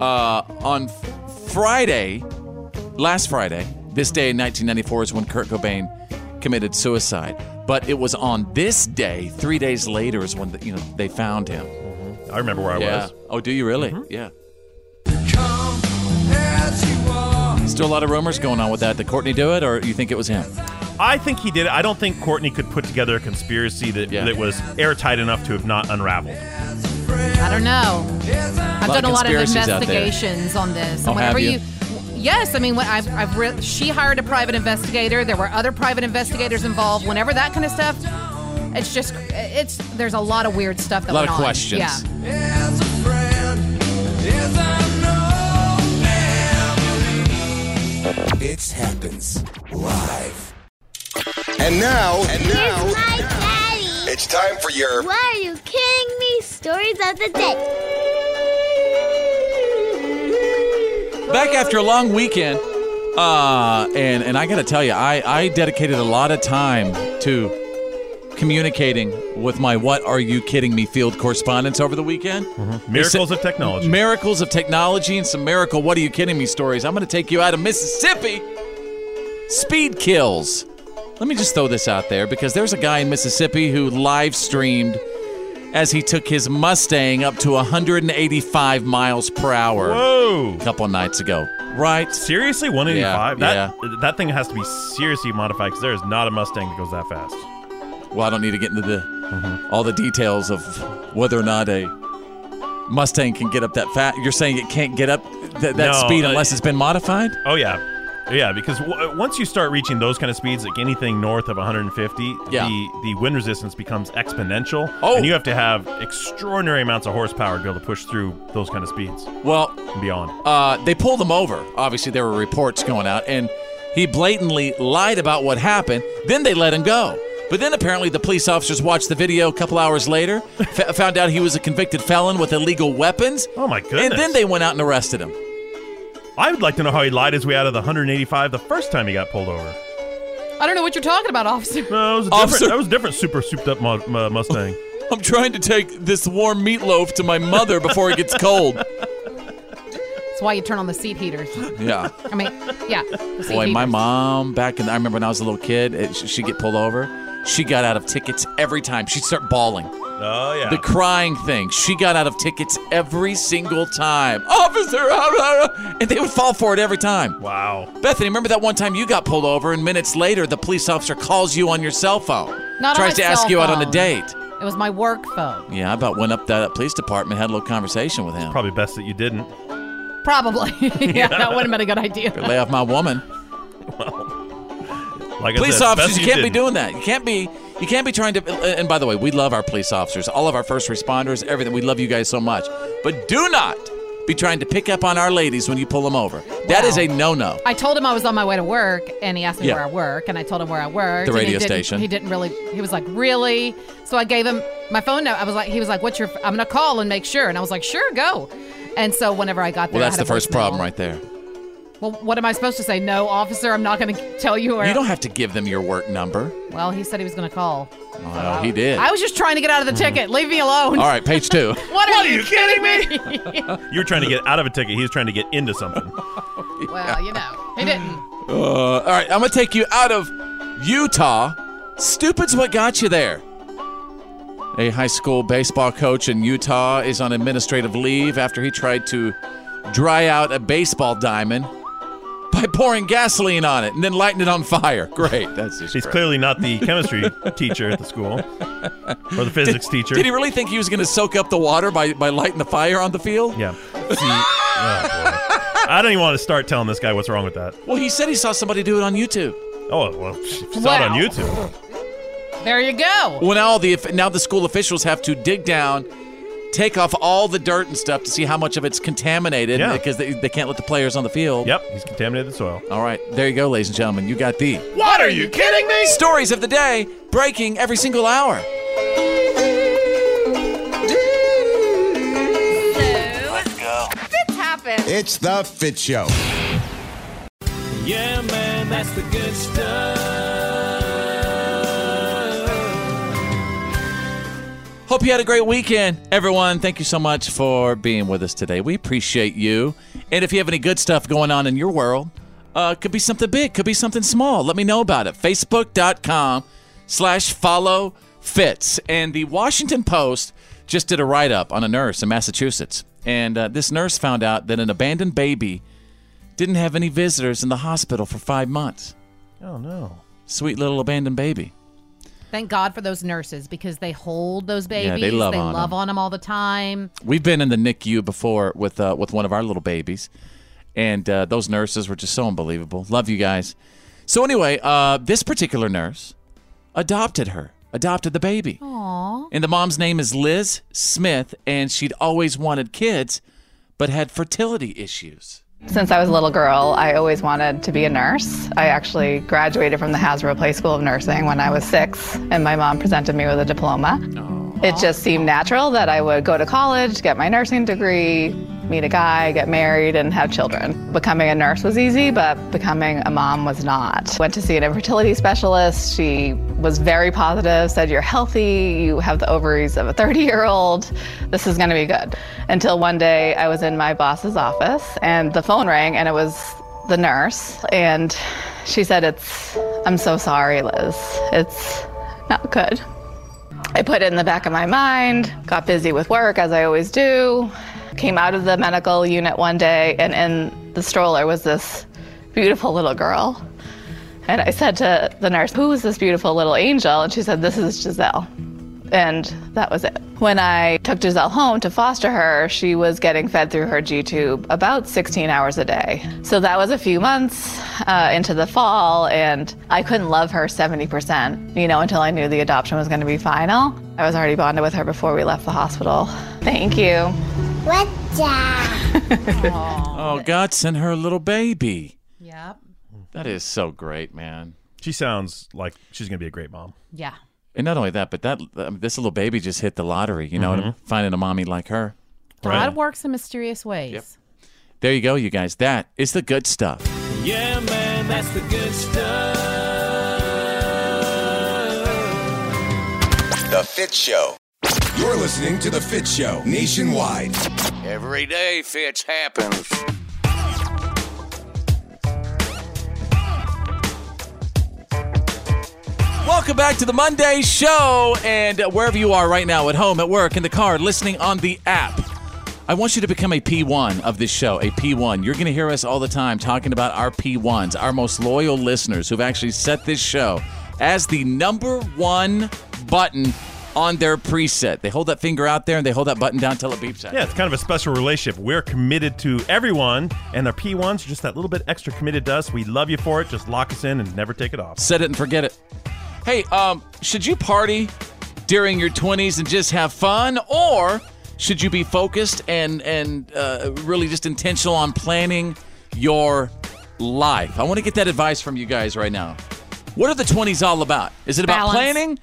Speaker 9: Uh, on f- Friday, last Friday, this day in 1994 is when Kurt Cobain committed suicide. But it was on this day, three days later, is when the, you know they found him.
Speaker 8: I remember where I
Speaker 9: Yeah.
Speaker 8: was.
Speaker 9: Oh, do you really? Yeah. Still a lot of rumors going on with that. Did Courtney do it, or you think it was him?
Speaker 8: I think he did. it. I don't think Courtney could put together a conspiracy that, that was airtight enough to have not unraveled.
Speaker 10: I don't know. I've
Speaker 8: lot
Speaker 10: done
Speaker 8: of
Speaker 10: a lot of
Speaker 8: conspiracies out there.
Speaker 10: investigations on this.
Speaker 8: Oh,
Speaker 10: And whenever
Speaker 8: have you?
Speaker 10: Yes, I mean, when I've, I've re- she hired a private investigator. There were other private investigators involved. Whenever that kind of stuff, it's just, it's there's a lot of weird stuff that
Speaker 9: A lot
Speaker 10: went
Speaker 9: of
Speaker 10: on.
Speaker 9: questions.
Speaker 10: Yeah.
Speaker 3: It happens live. And now, and now, it's time for your
Speaker 2: Why are you kidding me? Stories of the day.
Speaker 9: back after a long weekend. Uh, and and I gotta tell you, I I dedicated a lot of time to communicating with my "What Are You Kidding Me?" field correspondents over the weekend.
Speaker 8: Mm-hmm. Miracles of technology.
Speaker 9: Miracles of technology and some miracle "What Are You Kidding Me?" stories. I'm gonna take you out of Mississippi. Speed kills. Let me just throw this out there because there's a guy in Mississippi who live streamed as he took his Mustang up to 185 miles per hour.
Speaker 8: Whoa! A
Speaker 9: couple nights ago, right?
Speaker 8: Seriously, 185.
Speaker 9: Yeah,
Speaker 8: that that thing has to be seriously modified because there is not a Mustang that goes that fast.
Speaker 9: Well, I don't need to get into the
Speaker 8: Mm-hmm.
Speaker 9: all the details of whether or not a Mustang can get up that fat. You're saying it can't get up th- that
Speaker 8: No,
Speaker 9: speed
Speaker 8: uh,
Speaker 9: unless it's been modified.
Speaker 8: Oh yeah. Yeah, because w- uh, once you start reaching those kind of speeds, like anything north of 150, the, the wind resistance becomes exponential. Oh. And you have to have extraordinary amounts of horsepower to be able to push through those kind of speeds.
Speaker 9: Well,
Speaker 8: and beyond.
Speaker 9: Uh, they pulled him over. Obviously, there were reports going out, and he blatantly lied about what happened. Then they let him go. But then apparently the police officers watched the video a couple hours later, (laughs) f- found out he was a convicted felon with illegal weapons.
Speaker 8: Oh my goodness.
Speaker 9: And then they went out and arrested him.
Speaker 8: I would like to know how he lied his way out of the 185 the first time he got pulled over.
Speaker 10: I don't know what you're talking about, officer. (laughs)
Speaker 8: No, That was a different, that was a different super souped up mu- mu- Mustang.
Speaker 9: I'm trying to take this warm meatloaf to my mother before it gets cold.
Speaker 10: That's why you turn on the seat heaters. (laughs)
Speaker 9: Yeah.
Speaker 10: I mean, yeah. the seat
Speaker 9: Boy, my
Speaker 10: heaters.
Speaker 9: mom back in, I remember when I was a little kid, it, she- she'd get pulled over. She got out of tickets every time. She'd start bawling.
Speaker 8: (laughs) Oh yeah.
Speaker 9: The crying thing. She got out of tickets every single time. Officer, (laughs) ah, ah, ah," and they would fall for it every time.
Speaker 8: Wow.
Speaker 9: Bethany, remember that one time you got pulled over, and minutes later the police officer calls you on your cell phone,
Speaker 10: Not on
Speaker 9: tries
Speaker 10: my
Speaker 9: to ask
Speaker 10: cell
Speaker 9: you out on a
Speaker 10: phone.
Speaker 9: date.
Speaker 10: It was my work phone.
Speaker 9: Yeah, I about went up to that police department, had a little conversation with him.
Speaker 8: Probably best that you didn't.
Speaker 10: Probably. (laughs) yeah, that wouldn't have been a good
Speaker 9: Lay
Speaker 10: idea.
Speaker 9: off my woman.
Speaker 8: Like I
Speaker 9: police
Speaker 8: said, best
Speaker 9: officers, you
Speaker 8: you
Speaker 9: can't be
Speaker 8: didn't.
Speaker 9: doing that. You can't be. You can't be trying to. uh, And by the way, we love our police officers, all of our first responders, everything. We love you guys so much. But do not be trying to pick up on our ladies when you pull them over. That is a no-no.
Speaker 10: I told him I was on my way to work, and he asked me
Speaker 9: Yeah.
Speaker 10: where I work, and I told him where I worked.
Speaker 9: The
Speaker 10: and he
Speaker 9: radio
Speaker 10: didn't-
Speaker 9: station.
Speaker 10: He didn't really. He was like, "Really?" So I gave him my phone number. I was like, "He was like, what's your? I'm gonna call and make sure." And I was like, "Sure, go." And so whenever I got there,
Speaker 9: Well,
Speaker 10: I
Speaker 9: that's
Speaker 10: had
Speaker 9: the
Speaker 10: a
Speaker 9: first problem right there.
Speaker 10: voice- Well, what am I supposed to say? No, officer, I'm not gonna tell you where.
Speaker 9: You don't have to give them your work number.
Speaker 10: well, he said he was gonna call.
Speaker 9: Oh, he did.
Speaker 10: I was just trying to get out of the ticket. Leave me alone.
Speaker 9: Mm-hmm. All right, page two.
Speaker 10: (laughs) What are, you kidding
Speaker 9: (laughs)
Speaker 10: me?
Speaker 8: You were trying to get out of a ticket. He was trying to get into something.
Speaker 10: well, you know, he didn't.
Speaker 9: Uh, all right, I'm gonna take you out of Utah. Stupid's what got you there. A high school baseball coach in Utah is on administrative leave after he tried to dry out a baseball diamond by pouring gasoline on it and then lighting it on fire. Great, that's just
Speaker 8: He's
Speaker 9: great.
Speaker 8: clearly not the
Speaker 9: (laughs)
Speaker 8: chemistry teacher at the school or the physics teacher.
Speaker 9: Did he really think he was gonna soak up the water by by lighting the fire on the field?
Speaker 8: Yeah. Oh, boy. I don't even want to start telling this guy what's wrong with that.
Speaker 9: Well, he said he saw somebody do it on YouTube.
Speaker 8: Oh well, if you saw it on
Speaker 10: Wow.
Speaker 8: YouTube.
Speaker 10: There you go.
Speaker 9: Well, now the now the school officials have to dig down, take off all the dirt and stuff to see how much of it's contaminated
Speaker 8: Yeah.
Speaker 9: because they, they can't let the players on the field.
Speaker 8: Yep, he's contaminated the soil.
Speaker 9: All right, there you go, ladies and gentlemen. You got the
Speaker 8: What are you kidding me?
Speaker 9: stories of the day breaking every single hour.
Speaker 3: Let's go.
Speaker 17: Fits happen.
Speaker 3: It's the Fit Show.
Speaker 18: Yeah, man, that's the good
Speaker 9: Hope you had a great weekend, everyone. Thank you so much for being with us today. We appreciate you. And if you have any good stuff going on in your world, uh, could be something big, could be something small. Let me know about it. Facebook.com slash follow fits. And the Washington Post just did a write up on a nurse in Massachusetts. And uh, this nurse found out that an abandoned baby didn't have any visitors in the hospital for five months.
Speaker 8: Oh no.
Speaker 9: Sweet little abandoned baby.
Speaker 10: Thank God for those nurses because they hold those
Speaker 9: Yeah,
Speaker 10: babies.
Speaker 9: they love on
Speaker 10: love on them all the time.
Speaker 9: We've been in the NICU before with uh, with one of our little babies, and uh, those nurses were just so unbelievable. Love you guys. So anyway, uh, this particular nurse adopted her, adopted the baby,
Speaker 10: Aww.
Speaker 9: and the mom's name is Liz Smith, and she'd always wanted kids, but had fertility issues.
Speaker 6: Since I was a little girl, I always wanted to be a nurse. I actually graduated from the Hasbro Play School of Nursing when I was six, and my mom presented me with a diploma. It just seemed natural that I would go to college, get my nursing degree, meet a guy, get married, and have children. Becoming a nurse was easy, but becoming a mom was not. Went to see an infertility specialist. She was very positive, said, You're healthy, you have the ovaries of a 30 year old, this is gonna be good. Until one day I was in my boss's office and the phone rang and it was the nurse, and she said, It's, I'm so sorry, Liz. It's not good. I put it in the back of my mind, got busy with work as I always do, came out of the medical unit one day, and in the stroller was this beautiful little girl. And I said to the nurse, Who is this beautiful little angel? And she said, This is Giselle. And that was it. When I took Giselle home to foster her, she was getting fed through her G tube about 16 hours a day. So that was a few months uh, into the fall, and I couldn't love her 70%, you know, until I knew the adoption was going to be final. I was already bonded with her before we left the hospital. Thank you.
Speaker 2: What the?
Speaker 9: Oh, God sent her a little baby.
Speaker 10: Yep.
Speaker 9: That is so great, man.
Speaker 8: She sounds like she's gonna be a great mom.
Speaker 10: Yeah.
Speaker 9: And not only that, but that I mean, this little baby just hit the lottery. You know,
Speaker 8: Mhm.
Speaker 9: finding a mommy like her.
Speaker 10: God works in mysterious ways.
Speaker 9: There you go, you guys. That is the good stuff.
Speaker 18: Yeah, man, that's the good stuff.
Speaker 3: The Fit Show. You're listening to The Fit Show nationwide.
Speaker 15: Every day, fits happens.
Speaker 9: Welcome back to the Monday Show, and wherever you are right now, at home, at work, in the car, listening on the app. I want you to become a P1 of this show, a P1. You're going to hear us all the time talking about our P1s, our most loyal listeners who've actually set this show as the number one button on their preset. They hold that finger out there and they hold that button down till it beeps at you.
Speaker 8: Yeah, it's kind of a special relationship. We're committed to everyone, and our P1s are just that little bit extra committed to us. We love you for it. Just lock us in and never take it off.
Speaker 9: Set it and forget it. Hey, um, should you party during your 20s and just have fun, or should you be focused and and uh, really just intentional on planning your life? I want to get that advice from you guys right now. What are the 20s all about? Is it about
Speaker 10: Balance.
Speaker 9: planning,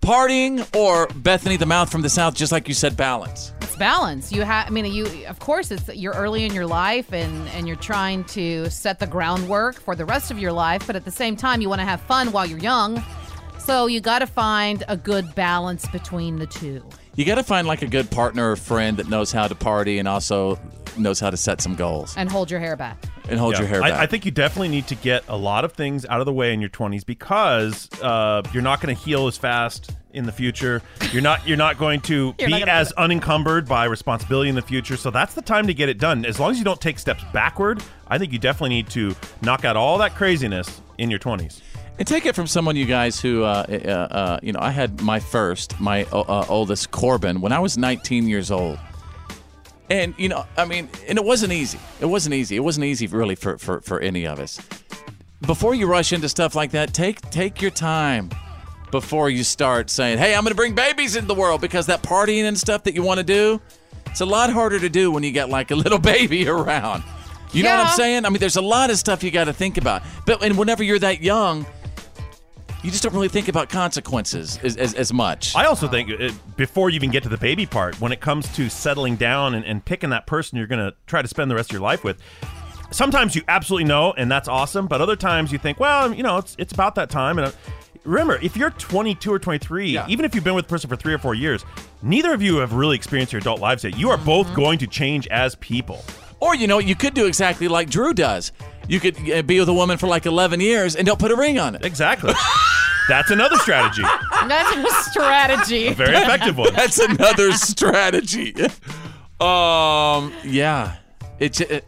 Speaker 9: partying, or Bethany the Mouth from the South, just like you said, balance?
Speaker 10: It's balance. You have, I mean, you of course it's you're early in your life and and you're trying to set the groundwork for the rest of your life, but at the same time you want to have fun while you're young. So you got to find a good balance between the two.
Speaker 9: You got to find like a good partner or friend that knows how to party and also knows how to set some goals.
Speaker 10: And hold your hair back.
Speaker 9: And hold your hair
Speaker 8: I-
Speaker 9: back.
Speaker 8: I, think you definitely need to get a lot of things out of the way in your 20s because uh, you're not going to heal as fast in the future. You're not you're not going to
Speaker 10: (laughs) You're
Speaker 8: be
Speaker 10: not gonna
Speaker 8: as unencumbered by responsibility in the future. So that's the time to get it done. As long as you don't take steps backward, I think you definitely need to knock out all that craziness in your 20s.
Speaker 9: And take it from someone, you guys, who, uh, uh, uh, you know, I had my first, my uh, uh, oldest, Corbin, when I was 19 years old. And, you know, I mean, and it wasn't easy. It wasn't easy. It wasn't easy, really, for, for, for any of us. Before you rush into stuff like that, take take your time before you start saying, hey, I'm going to bring babies into the world because that partying and stuff that you want to do, it's a lot harder to do when you got like a little (laughs) baby around. You know what I'm saying? I mean, there's a lot of stuff you got to think about. But and whenever you're that young, you just don't really think about consequences as, as, as much.
Speaker 8: I also think uh before you even get to the baby part, when it comes to settling down and, and picking that person you're going to try to spend the rest of your life with, sometimes you absolutely know, and that's awesome. But other times you think, well, you know, it's it's about that time. And uh, remember, if you're 22 or 23, even if you've been with a person for three or four years, neither of you have really experienced your adult lives yet. You are both going to change as people.
Speaker 9: Or you know, you could do exactly like Drew does. You could uh, be with a woman for like 11 years and don't put a ring on it.
Speaker 8: Exactly. (laughs) That's another strategy.
Speaker 10: That's a
Speaker 8: (laughs)
Speaker 10: strategy.
Speaker 8: Ah! A very effective one.
Speaker 9: (laughs) That's another strategy. um, yeah. It, j- it-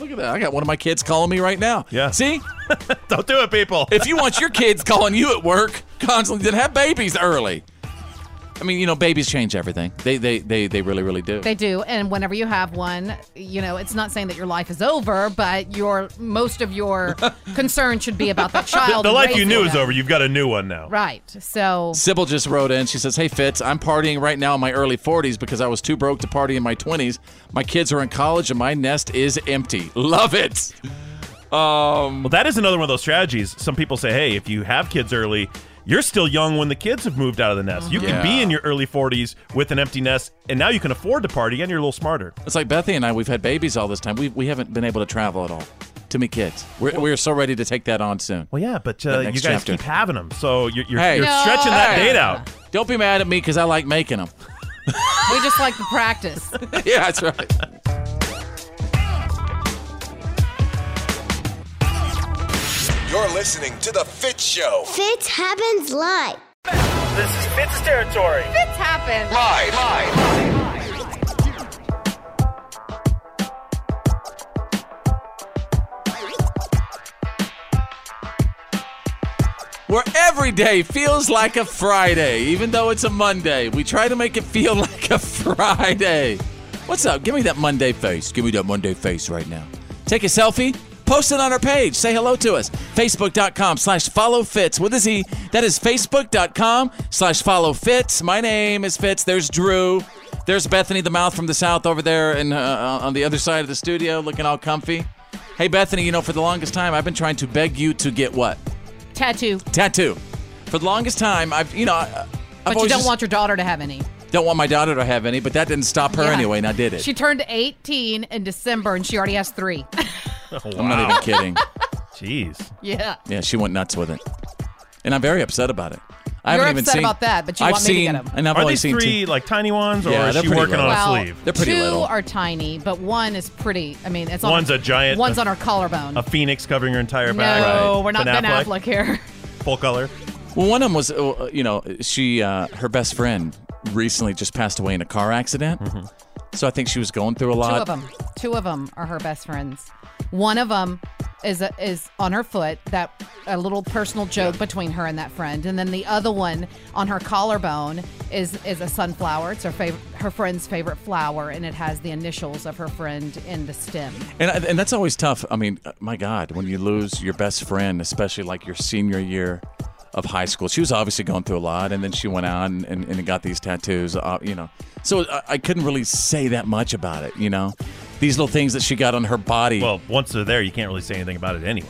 Speaker 9: Look at that. I got one of my kids calling me right now. Yeah. See?
Speaker 8: (laughs) Don't do it, people.
Speaker 9: if you want your kids calling you at work constantly, then have babies early. I mean, you know, babies change everything. They they they, they really, really do.
Speaker 10: They do, and whenever you have one, you know it's not saying that your life is over, but your most
Speaker 8: (laughs)
Speaker 10: of your concern should be about that
Speaker 8: The,
Speaker 10: child.
Speaker 8: the
Speaker 10: and
Speaker 8: life you
Speaker 10: raising
Speaker 8: knew is
Speaker 10: them.
Speaker 8: over. You've got a new one now.
Speaker 10: Right. So
Speaker 9: Sybil just wrote in. She says, "Hey Fitz, I'm partying right now in my early 40s because I was too broke to party in my 20s. My kids are in college and my nest is empty. (laughs) Love it." Um,
Speaker 8: well, that is another one of those strategies. Some people say, hey, if you have kids early, you're still young when the kids have moved out of the nest. You
Speaker 9: Mhm.
Speaker 8: can be
Speaker 9: Yeah.
Speaker 8: in your early 40s with an empty nest, and now you can afford to party and you're a little smarter.
Speaker 9: It's like Bethy and I. We've had babies all this time. We we haven't been able to travel at all to meet kids. We're we're so ready to take that on soon.
Speaker 8: Well, yeah, but
Speaker 9: The
Speaker 8: uh, you
Speaker 9: next
Speaker 8: guys
Speaker 9: chapter.
Speaker 8: keep having them, so you're, you're,
Speaker 9: Hey.
Speaker 8: you're
Speaker 9: No.
Speaker 8: stretching that
Speaker 9: Hey.
Speaker 8: date out.
Speaker 9: Don't be mad at me because I like making them.
Speaker 10: we just like the practice.
Speaker 9: (laughs) yeah, that's right.
Speaker 3: You're listening to The Fit Show.
Speaker 2: Fitz happens live.
Speaker 3: This is Fitz territory.
Speaker 2: Fitz happens
Speaker 3: Live. Live.
Speaker 9: Where every day feels like a Friday, even though it's a Monday. We try to make it feel (laughs) like a Friday. What's up? Give me that Monday face. Give me that Monday face right now. Take a selfie. Post it on our page. Say hello to us. Facebook.com slash follow Fitz with a Z. That is Facebook.com slash follow Fitz. My name is Fitz. There's Drew. There's Bethany the Mouth from the South over there and uh, on the other side of the studio looking all comfy. Hey, Bethany, you know, for the longest time, I've been trying to beg you to get what? (laughs)
Speaker 10: Tattoo.
Speaker 9: tattoo. For the longest time, I've you know, I- I've
Speaker 10: But you
Speaker 9: always
Speaker 10: don't
Speaker 9: just-
Speaker 10: want your daughter to have any.
Speaker 9: don't want my daughter to have any, but that didn't stop her
Speaker 10: Yeah.
Speaker 9: anyway, and I did it.
Speaker 10: She turned 18 in December and she already
Speaker 9: (laughs)
Speaker 10: has three.
Speaker 9: I'm not even kidding.
Speaker 8: Jeez.
Speaker 10: yeah.
Speaker 9: Yeah, she went nuts with it, and I'm very upset about it. I
Speaker 10: You're
Speaker 9: haven't even
Speaker 10: upset
Speaker 9: seen
Speaker 10: about that, but you
Speaker 9: I've
Speaker 10: want me to
Speaker 9: seen,
Speaker 10: get 'em.
Speaker 9: And I've
Speaker 8: are
Speaker 9: only
Speaker 8: these
Speaker 9: seen
Speaker 8: three
Speaker 9: two.
Speaker 8: like tiny ones, or
Speaker 9: Yeah,
Speaker 8: is
Speaker 9: they're
Speaker 8: she
Speaker 9: pretty
Speaker 8: working
Speaker 9: little.
Speaker 8: on
Speaker 10: well,
Speaker 8: a sleeve?
Speaker 9: They're pretty
Speaker 10: two
Speaker 9: little.
Speaker 10: are tiny, but one is pretty. I mean, it's on
Speaker 8: One's a giant-
Speaker 10: One's on her collarbone.
Speaker 8: A phoenix covering her entire
Speaker 10: no,
Speaker 8: back.
Speaker 10: we're not Ben Affleck here.
Speaker 8: Full color.
Speaker 9: Well, one of them was, uh, you know, she, uh, her best friend recently just passed away in a car accident.
Speaker 8: Mm-hmm.
Speaker 9: So I think she was going through a
Speaker 10: Two
Speaker 9: lot.
Speaker 10: of them. Two of them are her best friends. One of them is a, is on her foot. That a little personal joke between her and that friend, and then the other one on her collarbone is is a sunflower. It's her favorite, her friend's favorite flower, and it has the initials of her friend in the stem.
Speaker 9: And, and that's always tough. I mean, uh, my God, when you lose your best friend, especially like your senior year of high school, she was obviously going through a lot, and then she went on and, and got these tattoos, uh, you know. So I, I couldn't really say that much about it, you know. These little things that she got on her body.
Speaker 8: Well, once they're there, you can't really say anything about it anyway.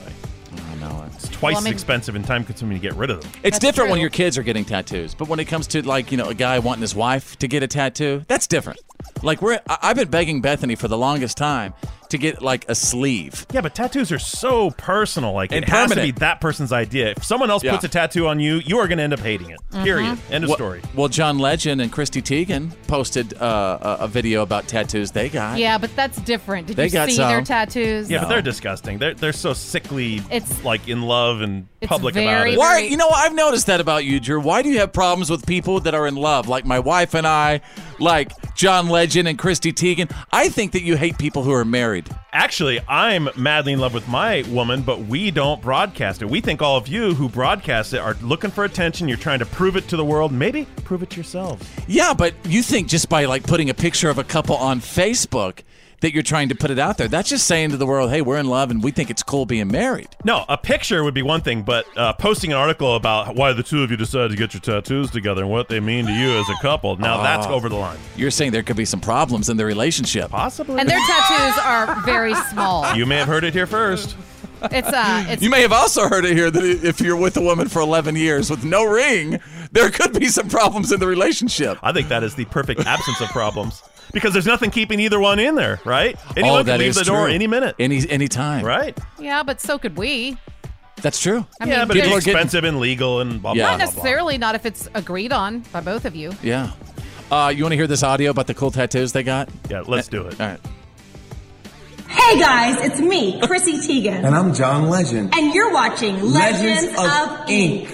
Speaker 9: I know.
Speaker 8: It's twice
Speaker 9: Well, I
Speaker 8: as
Speaker 9: mean-
Speaker 8: expensive and time consuming to get rid of them.
Speaker 9: It's different when your kids are getting tattoos, but when it comes to like you know a guy wanting his wife to get a tattoo, that's different. Like we're I- I've been begging Bethany for the longest time to get like a sleeve.
Speaker 8: Yeah, but tattoos are so personal. Like
Speaker 9: And
Speaker 8: it has to be
Speaker 9: permanent.
Speaker 8: that person's idea. If someone else
Speaker 9: Yeah.
Speaker 8: puts a tattoo on you, you are going to end up hating it.
Speaker 10: Mm-hmm.
Speaker 8: Period.
Speaker 9: Mhm.
Speaker 8: End of
Speaker 9: Well-
Speaker 8: story.
Speaker 9: Well, John Legend and Christy Teigen posted uh, a, a video about tattoos they got.
Speaker 10: yeah, but that's different. Did
Speaker 9: They
Speaker 10: you
Speaker 9: got
Speaker 10: see their
Speaker 9: some.
Speaker 10: tattoos?
Speaker 8: Yeah, but they're disgusting. They're they're so sickly,
Speaker 10: It's-
Speaker 8: like in love and
Speaker 10: it's
Speaker 8: public about
Speaker 10: very,
Speaker 8: it.
Speaker 9: Why? You know, I've noticed that about you, Drew. Why do you have problems with people that are in love, like my wife and I, like John Legend and Christy Teigen? I think that you hate people who are married.
Speaker 8: Actually, I'm madly in love with my woman, but we don't broadcast it. We think all of you who broadcast it are looking for attention. You're trying to prove it to the world. Maybe prove it to yourselves.
Speaker 9: Yeah, but you think just by like putting a picture of a couple on Facebook that you're trying to put it out there. That's just saying to the world, hey, we're in love and we think it's cool being married.
Speaker 8: No, a picture would be one thing, but uh, posting an article about why the two of you decided to get your tattoos together and what they mean to you as a couple, now that's
Speaker 9: Ah.
Speaker 8: over the line.
Speaker 9: You're saying there could be some problems in the relationship.
Speaker 8: Possibly.
Speaker 10: (laughs) And their tattoos are very
Speaker 9: (laughs)
Speaker 10: small.
Speaker 8: You may have heard it here first.
Speaker 10: It's uh, it's
Speaker 9: You may have also heard it here that if you're with a woman for 11 years with no ring, there could be some problems in the relationship.
Speaker 8: I think that is the perfect absence of problems because there's nothing keeping either one in there, right?
Speaker 9: Oh,
Speaker 8: Anyone
Speaker 9: that
Speaker 8: can leave
Speaker 9: is
Speaker 8: the door
Speaker 9: true.
Speaker 8: any minute.
Speaker 9: Any any time.
Speaker 8: Right?
Speaker 10: yeah, but so could we.
Speaker 9: That's true.
Speaker 10: I
Speaker 8: yeah,
Speaker 10: mean,
Speaker 8: but it's
Speaker 10: people are
Speaker 9: getting-
Speaker 8: expensive and legal and blah,
Speaker 9: Yeah.
Speaker 8: blah,
Speaker 10: Not
Speaker 8: blah, blah.
Speaker 10: necessarily, not if it's agreed on by both of you.
Speaker 9: Yeah. Uh, you want to hear this audio about the cool tattoos they got?
Speaker 8: Yeah, let's do it.
Speaker 9: All right.
Speaker 19: Hey guys, it's me, Chrissy Teigen.
Speaker 20: And I'm John Legend.
Speaker 19: And you're watching Legends, of, Ink.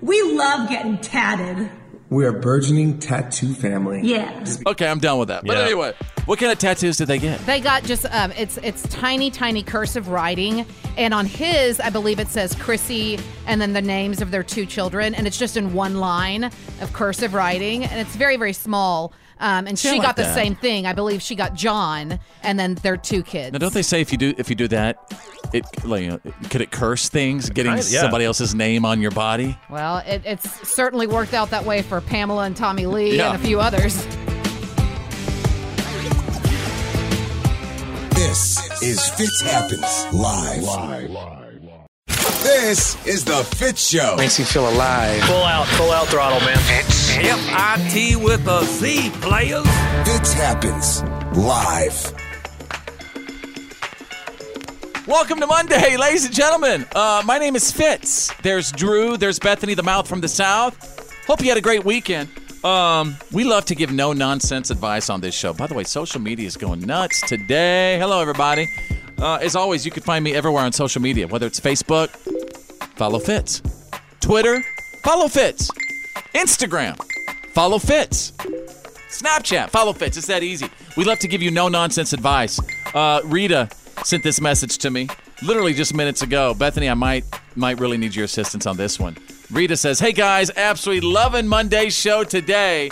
Speaker 19: We love getting tatted.
Speaker 20: We're a burgeoning tattoo family.
Speaker 19: Yeah.
Speaker 9: Okay, I'm done with that. But
Speaker 20: Yeah.
Speaker 9: anyway, what kind of tattoos did they get?
Speaker 10: They got just um, it's it's tiny, tiny cursive writing, and on his, I believe it says Chrissy, and then the names of their two children, and it's just in one line of cursive writing, and it's very, very small. Um, and
Speaker 9: See,
Speaker 10: she
Speaker 9: I like
Speaker 10: got the
Speaker 9: that.
Speaker 10: same thing, I believe. She got John, and then their two kids.
Speaker 9: Now, don't they say if you do if you do that, it like you know, could it curse things? Getting
Speaker 10: Kind of, yeah.
Speaker 9: somebody else's name on your body.
Speaker 10: Well, it, it's certainly worked out that way for Pamela and Tommy Lee
Speaker 9: Yeah.
Speaker 10: and a few others.
Speaker 3: This is Fitz Happens Live. This is the Fit Show. Makes you feel alive.
Speaker 21: Full out, full out throttle, man.
Speaker 22: F-I-T with a Z, players.
Speaker 3: Fitz Happens Live.
Speaker 9: Welcome to Monday, ladies and gentlemen. Uh, my name is Fitz. There's Drew. There's Bethany, the mouth from the south. Hope you had a great weekend. Um, we love to give no nonsense advice on this show. By the way, social media is going nuts today. Hello, everybody. Uh, as always, you can find me everywhere on social media, whether it's Facebook, follow Fitz, Twitter, follow Fitz, Instagram, follow Fitz. Snapchat, follow Fitz. It's that easy. We love to give you no nonsense advice. Uh, Rita sent this message to me literally just minutes ago. Bethany, I might might really need your assistance on this one. Rita says, "Hey guys, absolutely loving Monday's show today.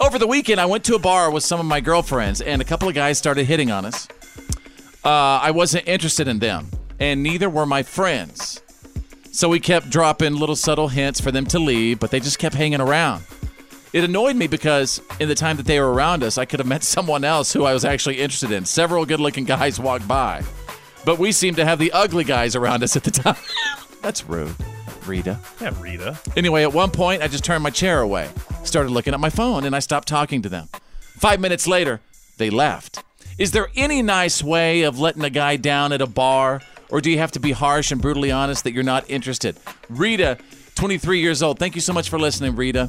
Speaker 9: Over the weekend, I went to a bar with some of my girlfriends, and a couple of guys started hitting on us. Uh, I wasn't interested in them, and neither were my friends." So we kept dropping little subtle hints for them to leave, but they just kept hanging around. It annoyed me because in the time that they were around us, I could have met (laughs) someone else who I was actually interested in. Several good looking guys walked by, but we seemed to have the ugly guys around us at the time. (laughs) That's rude, Rita.
Speaker 8: Yeah, Rita.
Speaker 9: Anyway, at one point, I just turned my chair away, started looking at my phone, and I stopped talking to them. Five minutes later, they left. Is there any nice way of letting a guy down at a bar, or do you have to be harsh and brutally
Speaker 10: Mm.
Speaker 9: honest that you're not interested? Rita, 23 years old. Thank you so much for listening, Rita.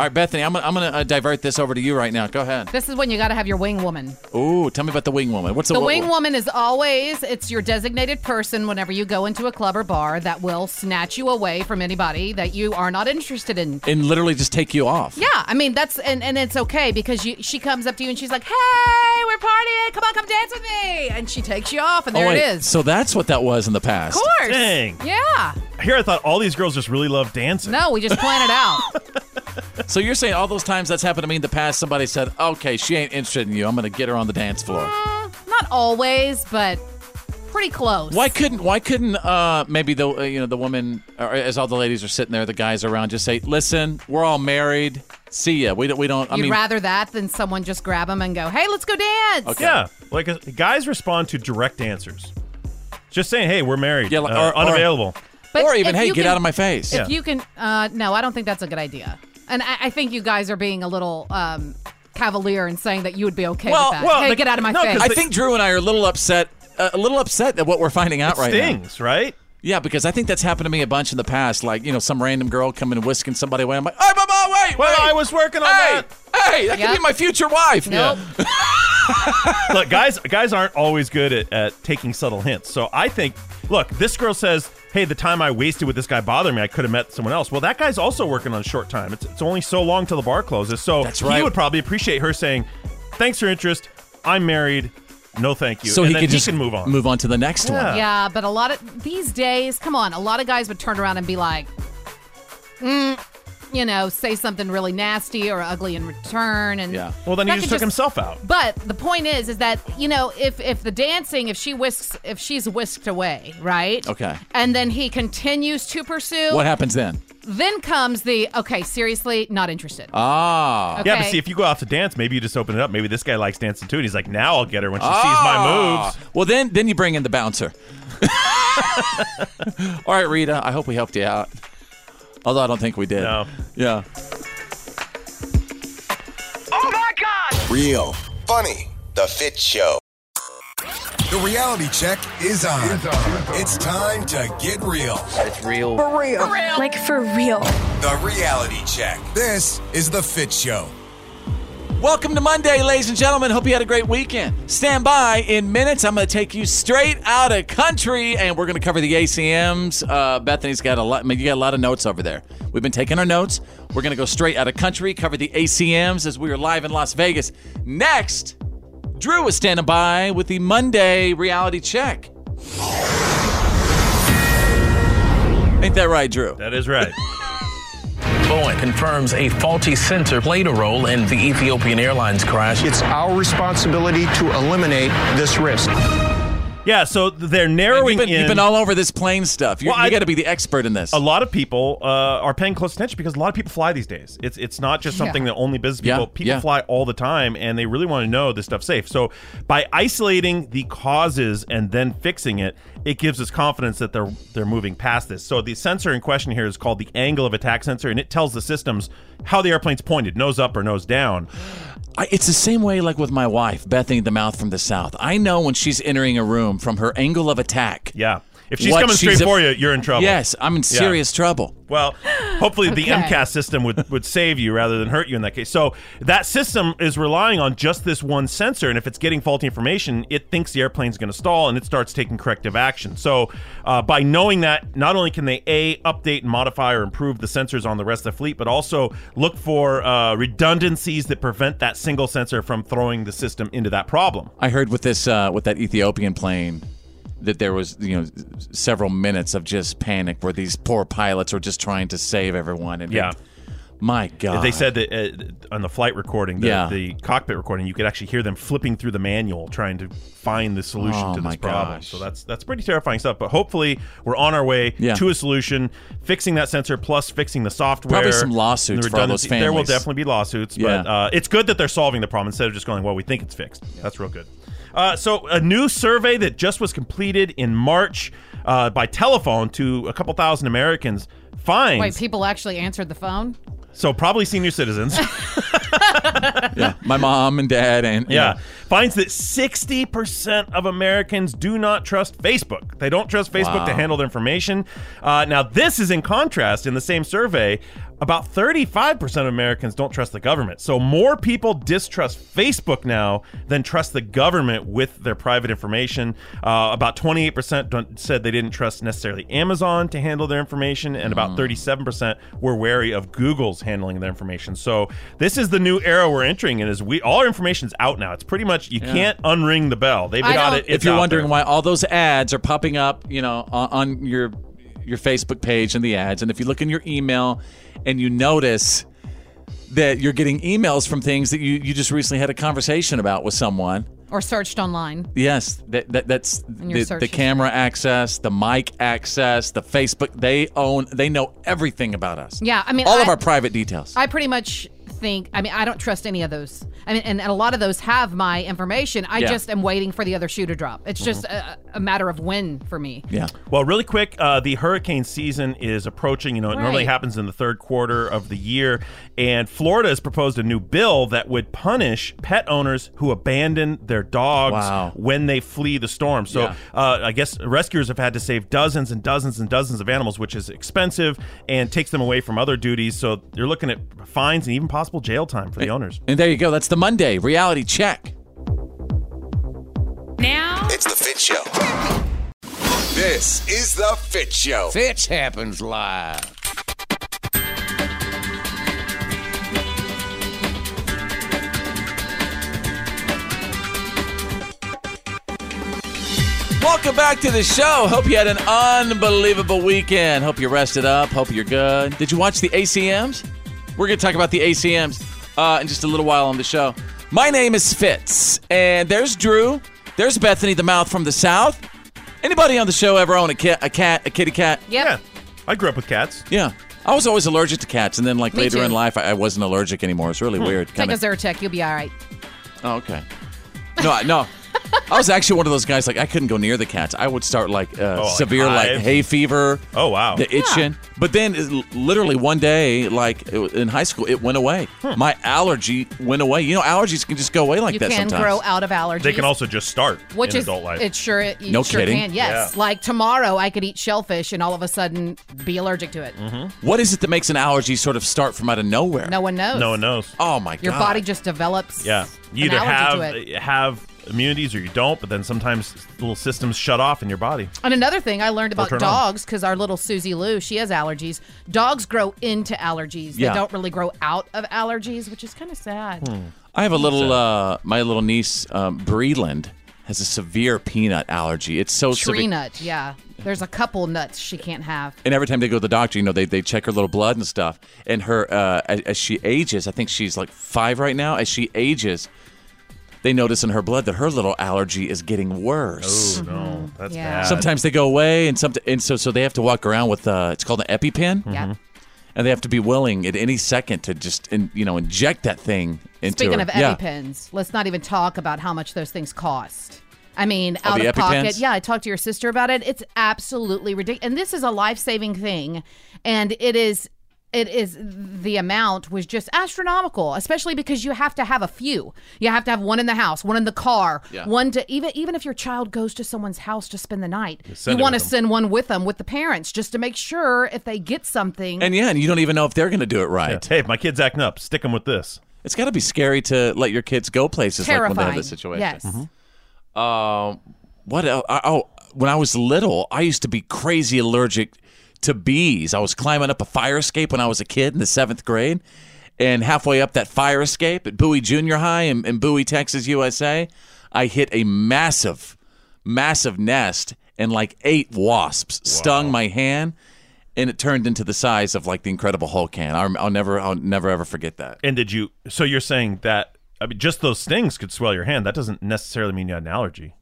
Speaker 9: right, Bethany, I'm gonna, I'm gonna uh, divert this over to you right now. Go ahead.
Speaker 10: This is when you got to have your wing woman.
Speaker 9: Ooh, tell me about the wing woman. What's the,
Speaker 10: the
Speaker 9: wo-
Speaker 10: wing woman is always it's your designated person whenever you go into a club or bar that will snatch you away from anybody that you are not interested in.
Speaker 9: And literally just take you off.
Speaker 10: Yeah, I mean that's and, and it's okay because you, she comes up to you and she's like, "Hey, we're partying! Come on, come dance with me!" And she takes you off, and there
Speaker 9: oh, wait,
Speaker 10: it is.
Speaker 9: So that's what that was in the
Speaker 10: Of
Speaker 9: past.
Speaker 10: course.
Speaker 8: Dang.
Speaker 10: Yeah.
Speaker 8: Here I thought all these girls just really love dancing.
Speaker 10: No, we just plan it out.
Speaker 9: (laughs) So you're saying all those times that's happened to me in the past, somebody said, "Okay, she ain't interested in you. I'm gonna get her on the dance floor."
Speaker 10: Not always, but pretty close.
Speaker 9: Why couldn't Why couldn't uh, maybe the uh, you know the woman, or as all the ladies are sitting there, the guys around, just say, "Listen, we're all married. See ya. We don't. We don't. I
Speaker 10: You'd
Speaker 9: mean,
Speaker 10: rather that than someone just grab them and go, "Hey, let's go dance."
Speaker 8: Yeah, like uh, guys respond to direct answers. Just saying, hey, we're married. Yeah,
Speaker 9: like-
Speaker 8: uh,
Speaker 9: or- or-
Speaker 8: unavailable.
Speaker 10: But
Speaker 9: or even,
Speaker 10: if
Speaker 9: hey,
Speaker 10: you
Speaker 9: get
Speaker 10: can-
Speaker 9: out of my face.
Speaker 10: If you can, uh, no, I don't think that's a good idea. And I, I think you guys are being a little um, cavalier in saying that you would be okay
Speaker 9: Well-
Speaker 10: with that.
Speaker 9: well,
Speaker 10: hey,
Speaker 9: the-
Speaker 10: get out of my
Speaker 9: no, 'cause
Speaker 10: face.
Speaker 9: I think Drew and I are a little upset. uh, a little upset at what we're finding out
Speaker 8: It
Speaker 9: right
Speaker 8: stings, now. right?
Speaker 9: Yeah, because I think that's happened to me a bunch in the past. Like, you know, some random girl coming and whisking somebody away. I'm like, oh, wait, wait.
Speaker 8: Well, I was working on
Speaker 9: hey, that. Hey, that could
Speaker 10: Yep.
Speaker 9: be my future wife.
Speaker 10: Nope.
Speaker 8: look, guys, guys aren't always good at, at taking subtle hints. So I think, look, this girl says, "Hey, the time I wasted with this guy bothered me. I could have met someone else." Well, that guy's also working on short time. It's, it's only so long till the bar closes. So That's he
Speaker 9: right.
Speaker 8: would probably appreciate her saying, "Thanks for your interest. I'm married. No, thank you."
Speaker 9: So
Speaker 8: and
Speaker 9: he
Speaker 8: then
Speaker 9: could just
Speaker 8: he can move on.
Speaker 9: Move on to the next
Speaker 10: yeah.
Speaker 9: one.
Speaker 10: but a lot of these days, come on, a lot of guys would turn around and be like, mm, you know, say something really nasty or ugly in return, and
Speaker 8: Yeah. Well, then he
Speaker 10: that
Speaker 8: just
Speaker 10: could
Speaker 8: took himself out.
Speaker 10: But the point is, is that you know, if if the dancing, if she whisks, if she's whisked away, right?
Speaker 9: Okay.
Speaker 10: And then he continues to pursue.
Speaker 9: What happens then?
Speaker 10: Then comes the okay, seriously, not interested.
Speaker 9: Ah.
Speaker 8: Yeah, but
Speaker 10: Okay.
Speaker 8: see, if you go off to dance, maybe you just open it up. Maybe this guy likes dancing too, and he's like, "Now I'll get her when she
Speaker 9: Ah.
Speaker 8: sees my moves."
Speaker 9: Well, then, then you bring in the
Speaker 8: (laughs)
Speaker 9: bouncer. All right, Rita, I hope we helped you out. Although I don't think we did. No. Yeah.
Speaker 3: Real. Funny. The Fit Show. The reality check is on. It's, time to get real. It's real.
Speaker 4: For real. Like for real.
Speaker 3: The reality check. This is The Fit Show.
Speaker 9: Welcome to Monday, ladies and gentlemen. Hope you had a great weekend. Stand by in minutes. I'm going to take you straight out of country, and we're going to cover the ACMs. Uh, Bethany's got a lot. I mean, you got a lot of notes over there. We've been taking our notes. We're going to go straight out of country, cover the ACMs as we are live in Las Vegas. Next, Drew is standing by with the Monday reality check. Ain't that right, Drew?
Speaker 8: That is right.
Speaker 5: Boeing confirms a faulty sensor played a role in the Ethiopian Airlines crash. It's our responsibility to eliminate this risk.
Speaker 8: Yeah, so they're narrowing
Speaker 9: You've been,
Speaker 8: in.
Speaker 9: you've been all over this plane stuff. You,
Speaker 8: Well, I-
Speaker 9: you got to be the expert in this.
Speaker 8: a lot of people uh, are paying close attention because a lot of people fly these days. It's it's not just something
Speaker 9: Yeah.
Speaker 8: that only business
Speaker 9: Yeah,
Speaker 8: people. People
Speaker 9: yeah.
Speaker 8: fly all the time, and they really want to know this stuff's safe. So by isolating the causes and then fixing it, it gives us confidence that they're they're moving past this. So the sensor in question here is called the angle of attack sensor, and it tells the systems how the airplane's pointed, nose up or nose down.
Speaker 9: I, it's the same way, like with my wife, Bethany the Mouth from the South. I know when she's entering a room from her angle of attack.
Speaker 8: Yeah. If she's coming straight for you, you're in trouble.
Speaker 9: Yes, I'm in
Speaker 8: Yeah.
Speaker 9: serious trouble.
Speaker 8: Well, hopefully the
Speaker 9: Okay.
Speaker 8: MCAS system would, would save you rather than hurt you in that case. So that system is relying on just this one sensor, and if it's getting faulty information, it thinks the airplane's going to stall and it starts taking corrective action. So uh, by knowing that, not only can they a update and modify or improve the sensors on the rest of the fleet, but also look for uh, redundancies that prevent that single sensor from throwing the system into that problem.
Speaker 9: I heard with this uh, with that Ethiopian plane that there was you know several minutes of just panic where these poor pilots are just trying to save everyone. And
Speaker 8: Yeah.
Speaker 9: my God,
Speaker 8: They said that uh, on the flight recording, the,
Speaker 9: Ah. Yeah.
Speaker 8: the cockpit recording, you could actually hear them flipping through the manual trying to find the solution
Speaker 9: Oh
Speaker 8: to
Speaker 9: my
Speaker 8: this problem.
Speaker 9: gosh.
Speaker 8: So that's that's pretty terrifying stuff. But hopefully, we're on our way
Speaker 9: Yeah.
Speaker 8: to a solution, fixing that sensor plus fixing the software.
Speaker 9: Probably some
Speaker 8: and the
Speaker 9: lawsuits for all those
Speaker 8: redundancy. There will
Speaker 9: families.
Speaker 8: definitely be lawsuits, but
Speaker 9: Yeah.
Speaker 8: uh, it's good that they're solving the problem instead of just going, "Well, we think it's fixed." That's real good. Uh, so, a new survey that just was completed in March uh, by telephone to a couple thousand Americans finds
Speaker 10: Wait, people actually answered the phone.
Speaker 8: so probably senior citizens.
Speaker 9: yeah, my mom and dad and
Speaker 8: Yeah. Finds that 60% of Americans do not trust Facebook. They don't trust Facebook
Speaker 9: Wow.
Speaker 8: to handle their information. Uh, now, this is in contrast in the same survey. about 35% of Americans don't trust the government. So more people distrust Facebook now than trust the government with their private information. Uh, about 28% don't, said they didn't trust necessarily Amazon to handle their information, and
Speaker 9: Hmm.
Speaker 8: about 37% were wary of Google's handling their information. So this is the new era we're entering in. Is we all our information's out now. It's pretty much you
Speaker 9: Yeah.
Speaker 8: can't unring the bell. They've
Speaker 9: I
Speaker 8: got
Speaker 9: don't-
Speaker 8: it.
Speaker 9: if
Speaker 8: it's
Speaker 9: you're
Speaker 8: out
Speaker 9: wondering
Speaker 8: there.
Speaker 9: why all those ads are popping up, you know, on, on your your Facebook page and the ads, and if you look in your email and you notice that you're getting emails from things that you, you just recently had a conversation about with someone.
Speaker 10: or searched online.
Speaker 9: Yes, that, that that's
Speaker 10: And your
Speaker 9: the, the
Speaker 10: searches.
Speaker 9: camera access, the mic access, the Facebook. They own, they know everything about us.
Speaker 10: Yeah, I mean,
Speaker 9: all of
Speaker 10: I-
Speaker 9: our private details.
Speaker 10: I pretty much think I mean I don't trust any of those. I mean, and, and a lot of those have my information. I
Speaker 8: Yeah.
Speaker 10: just am waiting for the other shoe to drop. It's just a, a matter of when for me.
Speaker 9: Mm-hmm. Yeah.
Speaker 8: Well, really quick, uh, the hurricane season is approaching. You know, it normally
Speaker 10: Right.
Speaker 8: happens in the third quarter of the year. And Florida has proposed a new bill that would punish pet owners who abandon their dogs when they flee the storm. So
Speaker 9: Yeah.
Speaker 8: uh, I guess rescuers have had to save dozens and dozens and dozens of animals, which is expensive and takes them away from other duties. So you're looking at fines and even possible jail time for the owners.
Speaker 9: And there you go. That's the Monday reality check.
Speaker 17: Now
Speaker 3: it's the Fit Show. This is the Fit Show.
Speaker 15: Fitch happens live.
Speaker 9: Welcome back to the show. Hope you had an unbelievable weekend. Hope you rested up. Hope you're good. Did you watch the ACMs? We're going to talk about the ACMs uh, in just a little while on the show. My name is Fitz, and there's Drew. There's Bethany, the mouth from the south. Anybody on the show ever own a cat, a cat, a kitty cat?
Speaker 10: Yeah,
Speaker 8: I grew up with cats.
Speaker 9: Yeah, I was always allergic to cats, and then like
Speaker 10: Me
Speaker 9: later
Speaker 10: too.
Speaker 9: in life, I, I wasn't allergic anymore. It's really weird.
Speaker 10: Take
Speaker 9: kinda-
Speaker 10: a Zyrtec, you'll be all right.
Speaker 9: Oh, okay. No, I- no. I was actually one of those guys. Like I couldn't go near the cats. I would start like uh,
Speaker 8: Oh, like
Speaker 9: severe, like,
Speaker 8: hives?
Speaker 9: hay fever.
Speaker 8: Oh wow,
Speaker 9: the itching. But then, it- literally one day, like it w- in high school, it went away. My allergy went away. You know, allergies can just go away like
Speaker 10: you
Speaker 9: that
Speaker 10: can
Speaker 9: sometimes.
Speaker 10: grow out of allergies.
Speaker 8: just start
Speaker 10: which is it sure it you
Speaker 9: No
Speaker 10: sure
Speaker 9: kidding.
Speaker 10: can. Yes,
Speaker 9: Yeah.
Speaker 10: like tomorrow I could eat shellfish and all of a sudden be allergic to it.
Speaker 8: Mm-hmm.
Speaker 9: What is it that makes an allergy sort of start from out of nowhere?
Speaker 10: No one knows.
Speaker 8: No one knows.
Speaker 9: Oh my
Speaker 10: Your
Speaker 9: god.
Speaker 10: body just develops.
Speaker 8: Yeah, you
Speaker 10: an
Speaker 8: either
Speaker 10: allergy to
Speaker 8: have
Speaker 10: it.
Speaker 8: have immunities or you don't. But then sometimes little systems shut off in your body.
Speaker 10: And another thing I learned
Speaker 8: Or
Speaker 10: about
Speaker 8: turn on.
Speaker 10: dogs, because our little Susie Lou, she has allergies. Dogs grow into allergies.
Speaker 9: Yeah.
Speaker 10: They don't really grow out of allergies, which is kind of sad.
Speaker 8: Hmm.
Speaker 9: I have a little. Uh, my little niece um, Breland has a severe peanut allergy. It's so
Speaker 10: Tree
Speaker 9: severe.
Speaker 10: nut, yeah. There's a couple nuts she can't have.
Speaker 9: And every time they go to the doctor, you know, they, they check her little blood and stuff. And her, uh, as, as she ages, I think she's like five right now. As she ages, they notice in her blood that her little allergy is getting worse.
Speaker 8: Oh no, that's
Speaker 10: Mm-hmm. Yeah.
Speaker 8: bad.
Speaker 9: Sometimes they go away, and some, and so so they have to walk around with uh, it's called an EpiPen.
Speaker 8: Mm-hmm.
Speaker 10: Yeah.
Speaker 9: And they have to be willing at any second to just, in, you know, inject that thing into
Speaker 10: Speaking
Speaker 9: her.
Speaker 10: of
Speaker 9: Yeah.
Speaker 10: EpiPens, let's not even talk about how much those things cost. I mean,
Speaker 9: Oh,
Speaker 10: out
Speaker 9: the
Speaker 10: of pocket.
Speaker 9: EpiPens?
Speaker 10: Yeah, I talked to your sister about it. It's absolutely ridiculous. And this is a life-saving thing, and it is it is the amount was just astronomical, especially because you have to have a few. You have to have one in the house, one in the car,
Speaker 17: Yeah.
Speaker 10: one to even even if your child goes to someone's house to spend the night,
Speaker 9: send
Speaker 10: you
Speaker 9: it
Speaker 10: want to
Speaker 9: with them.
Speaker 10: send one with them with the parents just to make sure if they get something.
Speaker 9: And yeah, and you don't even know if they're going to do it right.
Speaker 8: Hey, if my kid's acting up, stick them with this.
Speaker 9: It's got to be scary to let your kids go places like when they have
Speaker 10: Terrifying.
Speaker 9: this situation.
Speaker 10: Yes.
Speaker 9: Um, what else? Oh, when I was little, I used to be crazy allergic to bees. I was climbing up a fire escape when I was a kid in the seventh grade, and halfway up that fire escape at Bowie Junior High in, in Bowie, Texas, USA, I hit a massive, massive nest, and like eight wasps stung my hand. And it turned into the size of like the Incredible Hulk hand. I'll, I'll never, I'll never ever forget that.
Speaker 8: And did you? So you're saying that I mean, just those stings could swell your hand. That doesn't necessarily mean you had an allergy.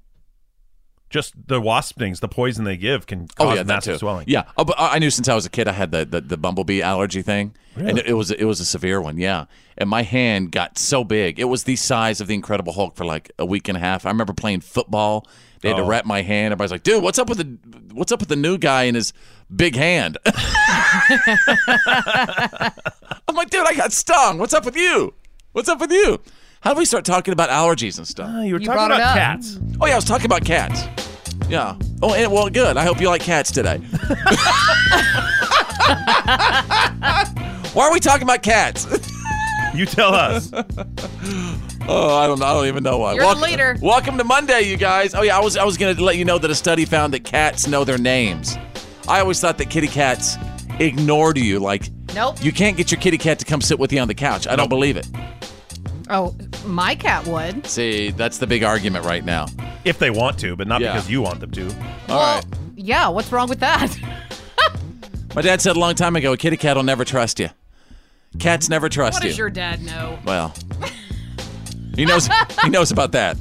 Speaker 8: Just the wasp stings, the poison they give, can cause
Speaker 9: that
Speaker 8: massive
Speaker 9: too.
Speaker 8: swelling.
Speaker 9: Oh, Yeah, oh, but I I knew since I was a kid I had the the, the bumblebee allergy thing, and
Speaker 8: Really?
Speaker 9: it, it was it was a severe one. Yeah, and my hand got so big; it was the size of the Incredible Hulk for like a week and a half. I remember playing football; they had
Speaker 8: Oh.
Speaker 9: to wrap my hand. Everybody's like, "Dude, what's up with the what's up with the new guy and his big hand?" (laughs) I'm like, "Dude, I got stung. What's up with you? What's up with you? How do we start talking about allergies and stuff?"
Speaker 8: you were
Speaker 10: You
Speaker 8: talking
Speaker 10: brought it
Speaker 8: about
Speaker 10: up.
Speaker 8: cats.
Speaker 9: Oh yeah, I was talking about cats. Yeah. Oh, and, well,
Speaker 10: (laughs)
Speaker 9: good. I hope you like cats today. Why are we talking about cats?
Speaker 8: you
Speaker 9: (laughs)
Speaker 8: tell us.
Speaker 9: oh, I don't know. I don't even know why.
Speaker 10: You're the leader.
Speaker 9: Welcome to Monday, you guys. Oh yeah, I was I was gonna let you know that a study found that cats know their names. I always thought that kitty cats ignored you. Like,
Speaker 10: Nope.
Speaker 9: you can't get your kitty cat to come sit with you on the couch. I don't believe it.
Speaker 10: Oh, my cat would.
Speaker 9: See, that's the big argument right now.
Speaker 8: If they want to, but not because you want them to.
Speaker 9: All right.
Speaker 10: Yeah, what's wrong with that? (laughs)
Speaker 9: My dad said a long time ago, a kitty cat will never trust you. Cats never trust
Speaker 10: what
Speaker 9: you.
Speaker 10: does your dad know?
Speaker 9: Well, he knows he knows about that.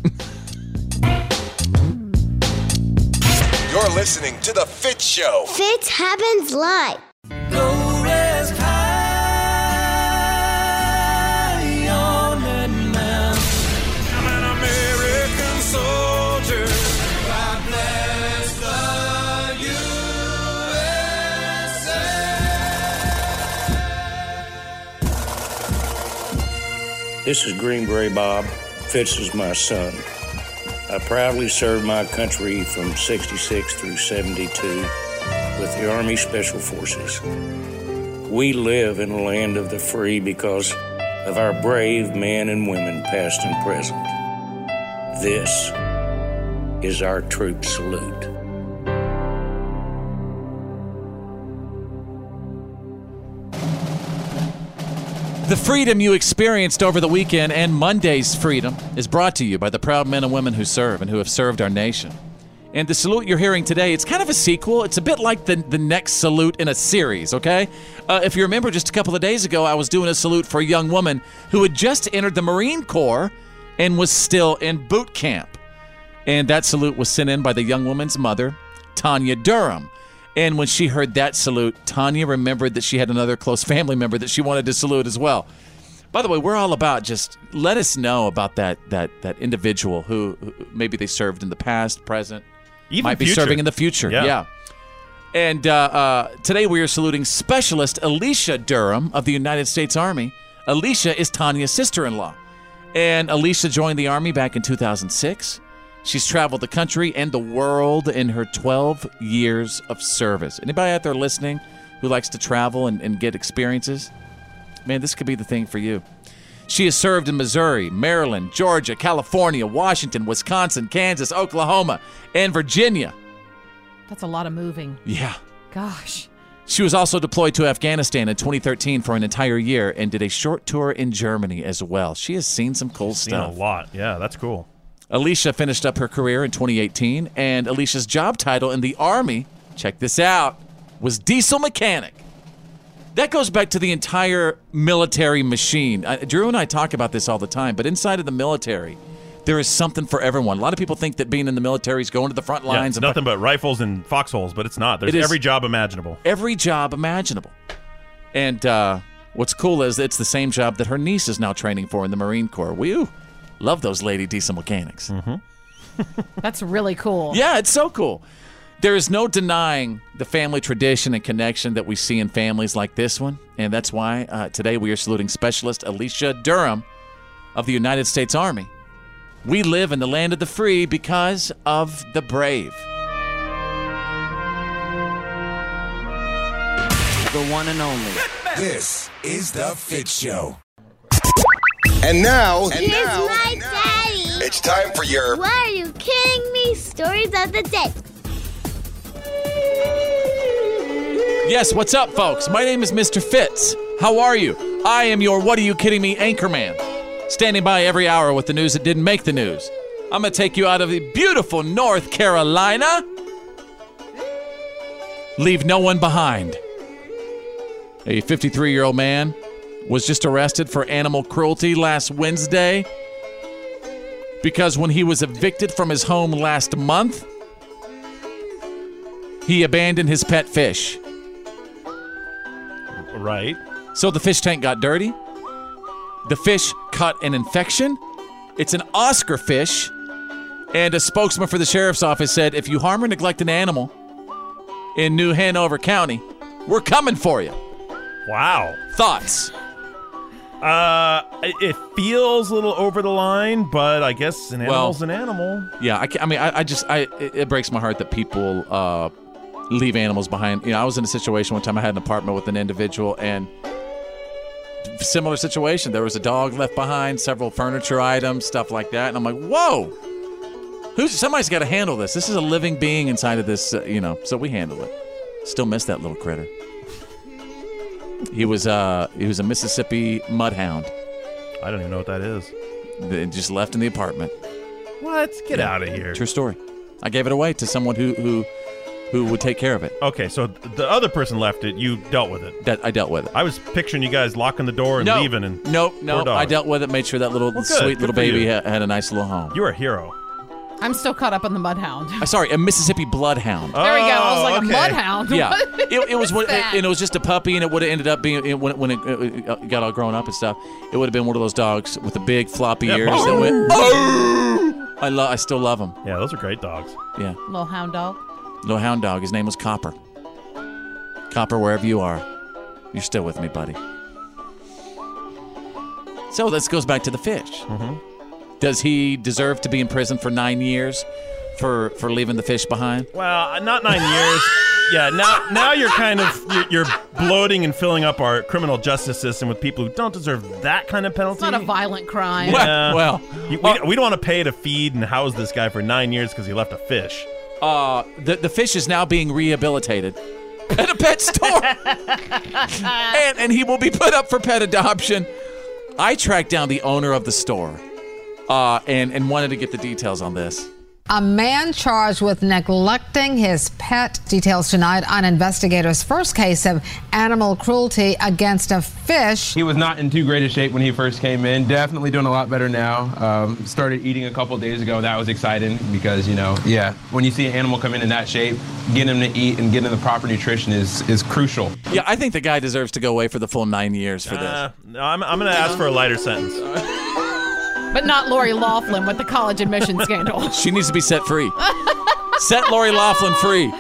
Speaker 3: You're listening to The Fit Show.
Speaker 2: Fits happens live.
Speaker 18: American soldier. God bless the
Speaker 7: This is Green Beret Bob. Fitz is my son. I proudly served my country from 66 through 72 with the Army Special Forces. We live in a land of the free because of our brave men and women, past and present. This is our troop salute.
Speaker 9: The freedom you experienced over the weekend and Monday's freedom is brought to you by the proud men and women who serve and who have served our nation. And the salute you're hearing today, it's kind of a sequel. It's a bit like the, the next salute in a series, okay? Uh, if you remember, just a couple of days ago, I was doing a salute for a young woman who had just entered the Marine Corps and was still in boot camp. And that salute was sent in by the young woman's mother, Tanya Durham. And when she heard that salute, Tanya remembered that she had another close family member that she wanted to salute as well. By the way, we're all about just let us know about that that that individual who, who maybe they served in the past, present,
Speaker 8: Even
Speaker 9: might be
Speaker 8: future.
Speaker 9: serving in the future.
Speaker 8: Yeah.
Speaker 9: And uh, uh, today we are saluting Specialist Alicia Durham of the United States Army. Alicia is Tanya's sister in law. And Alicia joined the Army back in 2006. She's traveled the country and the world in her 12 years of service. Anybody out there listening who likes to travel and, and get experiences? Man, this could be the thing for you. She has served in Missouri, Maryland, Georgia, California, Washington, Wisconsin, Kansas, Oklahoma, and Virginia.
Speaker 10: That's a lot of moving.
Speaker 9: Yeah.
Speaker 10: Gosh.
Speaker 9: She was also deployed to Afghanistan in 2013 for an entire year and did a short tour in Germany as well. She has seen some cool
Speaker 8: Seen a
Speaker 9: stuff.
Speaker 8: lot. Yeah, that's cool.
Speaker 9: Alicia finished up her career in 2018, and Alicia's job title in the Army, check this out, was diesel mechanic. That goes back to the entire military machine. Uh, Drew and I talk about this all the time, but inside of the military, there is something for everyone. A lot of people think that being in the military is going to the front
Speaker 8: Yeah,
Speaker 9: lines. and
Speaker 8: nothing but rifles and foxholes, but it's not. There's
Speaker 9: It is-
Speaker 8: every job imaginable.
Speaker 9: every job imaginable. And uh, what's cool is it's the same job that her niece is now training for in the Marine Corps. We ooh, love those lady diesel mechanics. Mm-hmm.
Speaker 10: That's really cool.
Speaker 9: Yeah, it's so cool. There is no denying the family tradition and connection that we see in families like this one. And that's why uh, today we are saluting specialist Alicia Durham of the United States Army. We live in the land of the free because of the brave.
Speaker 3: The one and only. This is The Fit Show. And now, and
Speaker 2: Here's
Speaker 3: now
Speaker 2: my daddy.
Speaker 3: it's time for your
Speaker 2: Why are you kidding me? Stories of the day.
Speaker 9: Yes, what's up, folks? My name is Mr. Fitz. How are you? I am your What Are You Kidding Me anchorman, standing by every hour with the news that didn't make the news. I'm going to take you out of the beautiful North Carolina. Leave no one behind. A 53 year old man was just arrested for animal cruelty last Wednesday because when he was evicted from his home last month, he abandoned his pet fish.
Speaker 8: Right.
Speaker 9: So the fish tank got dirty. The fish caught an infection. It's an Oscar fish. And a spokesman for the sheriff's office said if you harm or neglect an animal in New Hanover County, we're coming for you.
Speaker 8: Wow.
Speaker 9: Thoughts?
Speaker 8: Uh, it- it feels a little over the line, but I guess an
Speaker 9: Well-
Speaker 8: animal's an animal.
Speaker 9: Yeah, I, ca- I mean, I, I just, I it, it breaks my heart that people uh, leave animals behind. You know, I was in a situation one time. I had an apartment with an individual, and similar situation. There was a dog left behind, several furniture items, stuff like that. And I'm like, whoa, who's somebody's got to handle this. This is a living being inside of this, uh, you know. So we handled it. Still miss that little critter. He was uh he was a Mississippi mudhound.
Speaker 8: I don't even know what that is.
Speaker 9: They just left in the apartment.
Speaker 8: What? Get
Speaker 9: Yeah.
Speaker 8: out of here.
Speaker 9: True story. I gave it away to someone who who who would take care of it.
Speaker 8: Okay, so the other person left it. You dealt with it.
Speaker 9: That I dealt with it.
Speaker 8: I was picturing you guys locking the door and
Speaker 9: No.
Speaker 8: leaving. And
Speaker 9: nope, no,
Speaker 8: Poor dog.
Speaker 9: I dealt with it. Made sure that little
Speaker 8: Well, good.
Speaker 9: sweet
Speaker 8: Good
Speaker 9: little
Speaker 8: for
Speaker 9: baby
Speaker 8: you.
Speaker 9: ha- had a nice little home.
Speaker 8: You're a hero.
Speaker 10: I'm still caught up on the mudhound. (laughs)
Speaker 9: Uh, sorry, a Mississippi bloodhound.
Speaker 8: Uh,
Speaker 10: There we go. I was
Speaker 8: Oh,
Speaker 10: like a mudhound.
Speaker 9: Oh, Yeah,
Speaker 10: (laughs) What
Speaker 9: it, it was
Speaker 10: is
Speaker 9: what,
Speaker 10: that?
Speaker 9: and it was just a puppy, and it would have ended up being it, when it, when it, uh, uh, got all grown up and stuff. It would have been one of those dogs with the big floppy ears that went. "Oh!" I love. I still love him.
Speaker 8: Yeah, those are great dogs.
Speaker 9: Yeah,
Speaker 10: Little hound dog.
Speaker 9: little hound dog. His name was Copper. Copper, wherever you are, you're still with me, buddy. So this goes back to the fish. Does he deserve to be in prison for nine years for for leaving the fish behind?
Speaker 8: Well, uh, not nine years. Yeah, now now you're kind of you're, you're bloating and filling up our criminal justice system with people who don't deserve that kind of penalty.
Speaker 10: It's not a violent crime.
Speaker 8: Yeah.
Speaker 9: Well,
Speaker 8: You- we, we don't want to pay to feed and house this guy for nine years because he left a fish.
Speaker 9: Uh, the the fish is now being rehabilitated at a pet store, and and he will be put up for pet adoption. I tracked down the owner of the store, uh, and and wanted to get the details on this.
Speaker 1: A man charged with neglecting his pet. Details tonight on investigators' first case of animal cruelty against a fish.
Speaker 23: He was not in too great a shape when he first came in. Definitely doing a lot better now. Um, started eating a couple days ago. That was exciting because, you know, yeah, when you see an animal come in in that shape, getting him to eat and getting him the proper nutrition is, is crucial.
Speaker 9: Yeah, I think the guy deserves to go away for the full nine years for
Speaker 8: Uh, no, I'm, I'm going to ask for a lighter sentence.
Speaker 10: But not Lori Laughlin with the college admission scandal. (laughs)
Speaker 9: this. She needs to be set free. set Lori Laughlin free.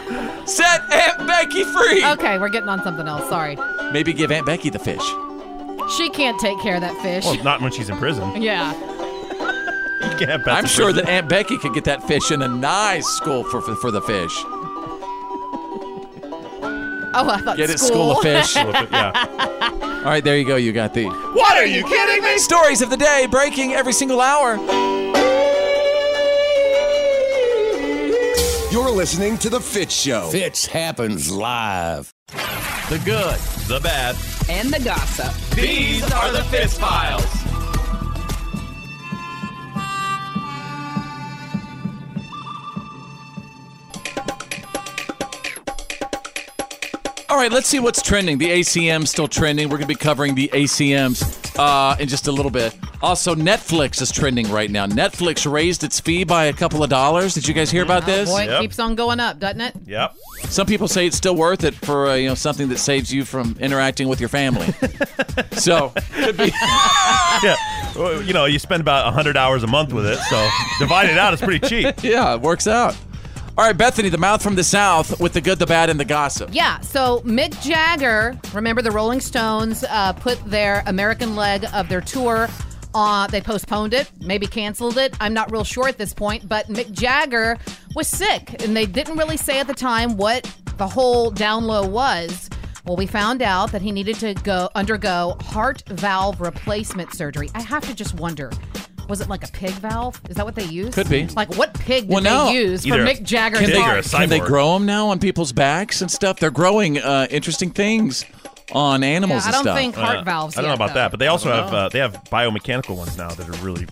Speaker 9: Set Aunt Becky free.
Speaker 10: Okay, we're getting on something else. Sorry.
Speaker 9: Maybe give Aunt Becky the fish.
Speaker 10: She can't take care of that fish.
Speaker 9: Well, not when she's in
Speaker 10: (laughs)
Speaker 9: prison.
Speaker 10: yeah.
Speaker 9: I'm sure that Aunt Becky could get that fish in a nice school for for, for the fish.
Speaker 10: Oh, I thought
Speaker 9: Get it, school
Speaker 10: school.
Speaker 9: of (laughs) fish.
Speaker 10: (laughs)
Speaker 9: All right, there you go. You got the. What are you kidding me? Stories of the day breaking every single hour.
Speaker 3: You're listening to The Fit Show.
Speaker 15: Fits happens live.
Speaker 9: The good,
Speaker 8: the bad,
Speaker 17: And the gossip.
Speaker 18: These are the Fitz Files.
Speaker 9: All right, let's see what's trending. The ACM's still trending. We're going to be covering the ACMs uh, in just a little bit. Also, Netflix is trending right now. Netflix raised its fee by a couple of dollars. Did you guys hear about this?
Speaker 10: Boy, it keeps on going up, doesn't it?
Speaker 8: Yep.
Speaker 9: Some people say it's still worth it for uh, you know something that saves you from interacting with your family. so
Speaker 8: yeah. Well, You know, you spend about 100 hours a month with it, so divide it out, it's pretty cheap.
Speaker 9: yeah, it works out. All right, Bethany, the mouth from the south with the good, the bad, and the gossip.
Speaker 10: Yeah, so Mick Jagger, remember the Rolling Stones uh, put their American leg of their tour on, they postponed it, maybe canceled it. I'm not real sure at this point, but Mick Jagger was sick, and they didn't really say at the time what the whole down low was. Well, we found out that he needed to go undergo heart valve replacement surgery. I have to just wonder. Was it like a pig valve? Is that what they use?
Speaker 9: Could be.
Speaker 10: Like what pig did
Speaker 9: Well, now-
Speaker 10: they use for
Speaker 9: Either a
Speaker 10: Mick Jagger's
Speaker 9: can
Speaker 10: heart?
Speaker 9: they, can they grow them now on people's backs and stuff? They're growing uh, interesting things on animals
Speaker 10: Yeah, I
Speaker 9: and
Speaker 10: don't
Speaker 9: stuff.
Speaker 10: think heart Uh, valves
Speaker 8: I don't know
Speaker 10: yet,
Speaker 8: about
Speaker 10: though.
Speaker 8: that, but they
Speaker 10: I
Speaker 8: also
Speaker 10: don't
Speaker 8: have
Speaker 10: know.
Speaker 8: uh, they have biomechanical ones now that are really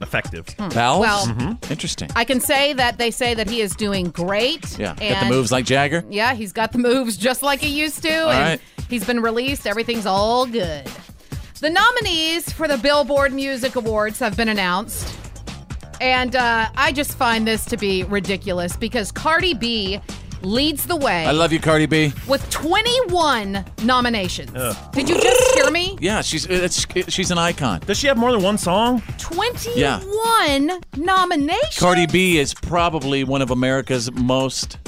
Speaker 8: effective.
Speaker 10: Hmm. Valves? Well-
Speaker 9: Interesting.
Speaker 10: I can say that they say that he is doing great.
Speaker 9: Yeah, got the
Speaker 10: and-
Speaker 9: moves like Jagger.
Speaker 10: Yeah, he's got the moves just like he used to.
Speaker 9: All
Speaker 10: and
Speaker 9: right.
Speaker 10: he's been released. Everything's all good. The nominees for the Billboard Music Awards have been announced. And uh, I just find this to be ridiculous because Cardi B leads the way
Speaker 9: I love you, Cardi B.
Speaker 10: with 21 nominations. Did you just hear me?
Speaker 9: Yeah, she's it's, she's an icon.
Speaker 8: Does she have more than one song?
Speaker 10: 21
Speaker 9: Yeah.
Speaker 10: nominations.
Speaker 9: Cardi B is probably one of America's most,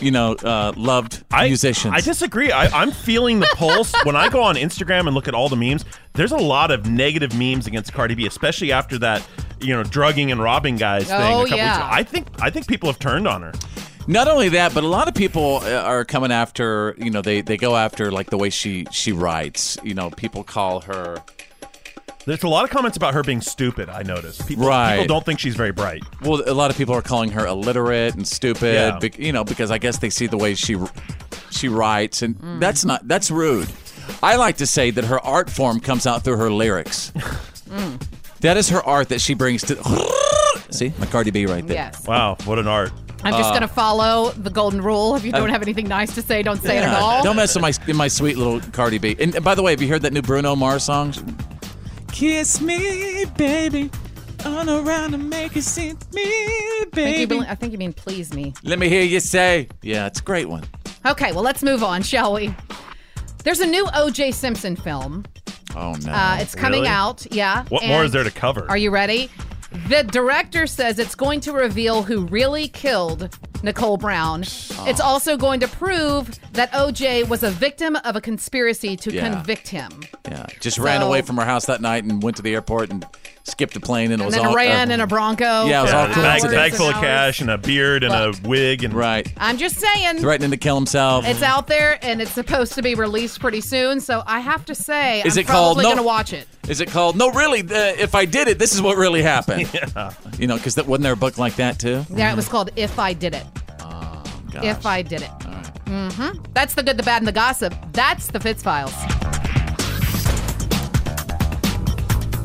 Speaker 9: you know, uh, loved musicians.
Speaker 8: I disagree. I, I'm feeling the
Speaker 10: (laughs)
Speaker 8: pulse. when I go on Instagram and look at all the memes, there's a lot of negative memes against Cardi B, especially after that, you know, drugging and robbing guys thing a
Speaker 10: Oh,
Speaker 8: couple
Speaker 10: yeah.
Speaker 8: weeks ago. I think I think people have turned on her.
Speaker 9: Not only that, but a lot of people uh, are coming after. You know, they they go after like the way she she writes. You know, people call her.
Speaker 8: There's a lot of comments about her being stupid. I noticed. People,
Speaker 9: Right.
Speaker 8: people don't think she's very bright.
Speaker 9: Well, a lot of people are calling her illiterate and stupid.
Speaker 8: Yeah.
Speaker 9: bec- you know, because I guess they see the way she she writes, and that's not that's rude. I like to say that her art form comes out through her lyrics. that is her art that she brings to. (laughs) See, my Cardi B right there.
Speaker 10: Yes.
Speaker 8: Wow, what an art!
Speaker 10: I'm just gonna follow the golden rule. If you
Speaker 9: uh,
Speaker 10: don't have anything nice to say, don't say it at
Speaker 9: Yeah,
Speaker 10: all.
Speaker 9: Don't mess with my my sweet little Cardi B. And by the way, have you heard that new Bruno Mars song? Kiss me, baby. On around and make it seem to me,
Speaker 10: I think, you
Speaker 9: baby.
Speaker 10: bel- I think you mean please me.
Speaker 9: Let me hear you say. Yeah, it's a great one.
Speaker 10: Okay, well let's move on, shall we? There's a new O.J. Simpson film.
Speaker 9: Oh no!
Speaker 10: Uh, it's coming out. Yeah.
Speaker 8: What more
Speaker 10: and-
Speaker 8: is there to cover?
Speaker 10: Are you ready? The director says it's going to reveal who really killed Nicole Brown.
Speaker 9: Oh.
Speaker 10: It's also going to prove that OJ was a victim of a conspiracy to
Speaker 9: Yeah.
Speaker 10: convict him.
Speaker 9: Yeah, just ran
Speaker 10: So-
Speaker 9: away from her house that night and went to the airport and skipped a plane and, it
Speaker 10: And
Speaker 9: was
Speaker 10: then
Speaker 9: all
Speaker 10: ran
Speaker 9: uh,
Speaker 10: in a Bronco.
Speaker 9: Yeah, it was
Speaker 10: for
Speaker 9: all cool.
Speaker 10: hours
Speaker 8: Bag, bag
Speaker 10: and
Speaker 8: full of
Speaker 10: hours.
Speaker 8: cash and a beard and a wig and
Speaker 9: right,
Speaker 10: I'm just saying.
Speaker 9: threatening to kill himself.
Speaker 10: It's out there and it's supposed to be released pretty soon. So I have to say,
Speaker 9: Is
Speaker 10: I'm
Speaker 9: it called-
Speaker 10: probably
Speaker 9: no-
Speaker 10: going to watch it.
Speaker 9: Is it called? No, really. Uh, if I did it, this is what really happened. yeah, you know, because that wasn't there a book like that too.
Speaker 10: Yeah, it was called If I Did It.
Speaker 9: Ah, Gosh.
Speaker 10: If I Did It. hmm That's the good, the bad, and the gossip. That's the Fitz Files.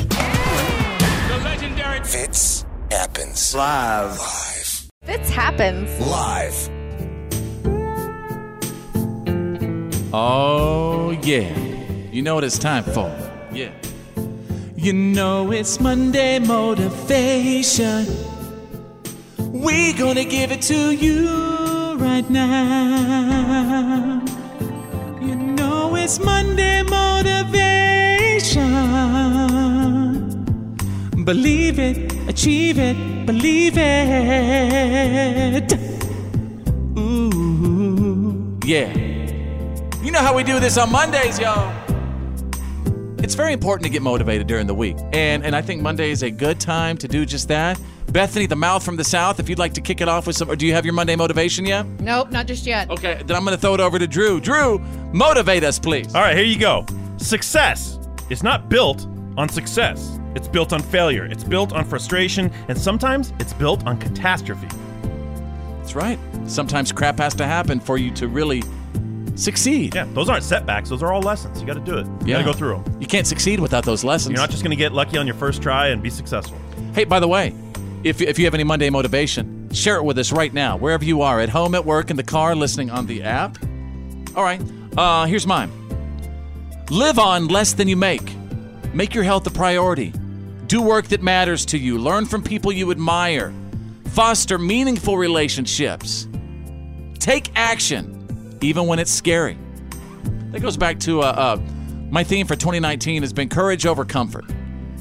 Speaker 18: The legendary
Speaker 3: Fits happens live.
Speaker 4: Fitz happens.
Speaker 3: Live.
Speaker 9: Oh yeah, you know what it's time for. Yeah. You know it's Monday motivation. We gonna give it to you right now. You know it's Monday motivation. Believe it, achieve it, believe it. Ooh. Yeah. You know how we do this on Mondays, yo. It's very important to get motivated during the week. And and I think Monday is a good time to do just that. Bethany, the mouth from the south, if you'd like to kick it off with some or do you have your Monday motivation yet?
Speaker 10: Nope, not just yet.
Speaker 9: Okay, then I'm going to throw it over to Drew. Drew, motivate us, please.
Speaker 8: All right, here you go. Success is not built on success. It's built on failure. It's built on frustration, and sometimes it's built on catastrophe.
Speaker 9: That's right. Sometimes crap has to happen for you to really succeed.
Speaker 8: Yeah, those aren't setbacks. Those are all lessons. You got to do it. You
Speaker 9: Yeah.
Speaker 8: got to go through them.
Speaker 9: You can't succeed without those lessons.
Speaker 8: You're not just going to get lucky on your first try and be successful.
Speaker 9: Hey, by the way, if, if you have any Monday motivation, share it with us right now, wherever you are, at home, at work, in the car, listening on the app. All right, uh, here's mine live on less than you make, make your health a priority, do work that matters to you, learn from people you admire, foster meaningful relationships, take action, even when it's scary. That goes back to uh, uh, my theme for 2019 has been courage over comfort.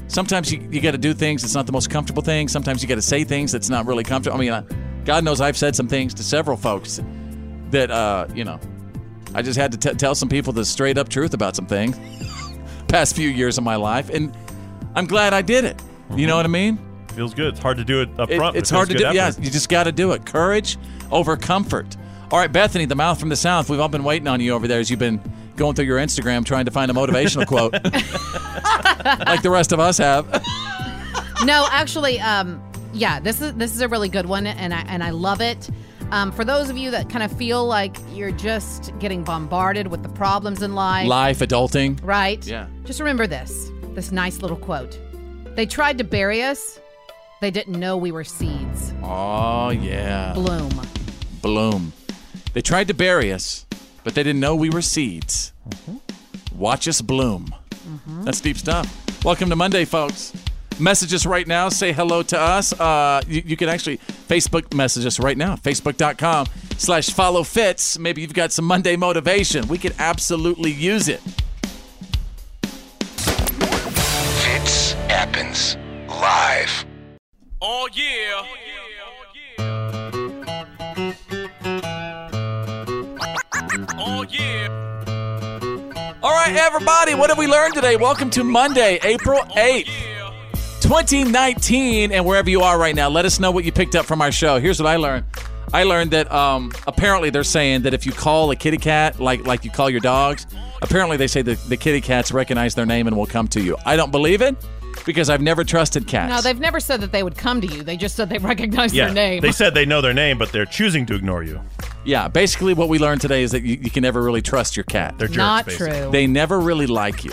Speaker 9: Sometimes you, you got to do things that's not the most comfortable thing. Sometimes you got to say things that's not really comfortable. I mean, I, God knows I've said some things to several folks that, uh, you know, I just had to t- tell some people the straight up truth about some things (laughs) past few years of my life. And I'm glad I did it. You know what I mean?
Speaker 8: Feels good. It's hard to do it up
Speaker 9: It-
Speaker 8: front. but
Speaker 9: it's
Speaker 8: it
Speaker 9: hard to
Speaker 8: feels
Speaker 9: do.
Speaker 8: good
Speaker 9: Yeah,
Speaker 8: after.
Speaker 9: you just got to do it. Courage over comfort. All right, Bethany, the mouth from the south. We've all been waiting on you over there as you've been going through your Instagram trying to find a motivational quote, like the rest of us have.
Speaker 10: no, actually, um, yeah, this is this is a really good one, and I and I love it. Um, for those of you that kind of feel like you're just getting bombarded with the problems in life,
Speaker 9: Life, adulting.
Speaker 10: right?
Speaker 9: Yeah.
Speaker 10: Just remember this this nice little quote. They tried to bury us. They didn't know we were seeds.
Speaker 9: Oh yeah.
Speaker 10: Bloom.
Speaker 9: Bloom. They tried to bury us, but they didn't know we were seeds. Watch us bloom. That's deep stuff. Welcome to Monday, folks. Message us right now. Say hello to us. Uh, you, you can actually Facebook message us right now. Facebook.com slash follow fits. Maybe you've got some Monday motivation. We could absolutely use it.
Speaker 3: Fits happens live.
Speaker 18: Oh yeah. Oh yeah.
Speaker 9: All right, everybody, what have we learned today? Welcome to Monday, April 8th, 2019. And wherever you are right now, let us know what you picked up from our show. Here's what I learned I learned that um, apparently they're saying that if you call a kitty cat like like you call your dogs, apparently they say that the kitty cats recognize their name and will come to you. I don't believe it because I've never trusted cats.
Speaker 10: No, they've never said that they would come to you. They just said they recognize
Speaker 8: yeah,
Speaker 10: their name.
Speaker 8: they said they know their name, but they're choosing to ignore you.
Speaker 9: Yeah, basically what we learned today is that you, you can never really trust your cat. They're
Speaker 10: jerks, Not basically. true.
Speaker 9: They never really like you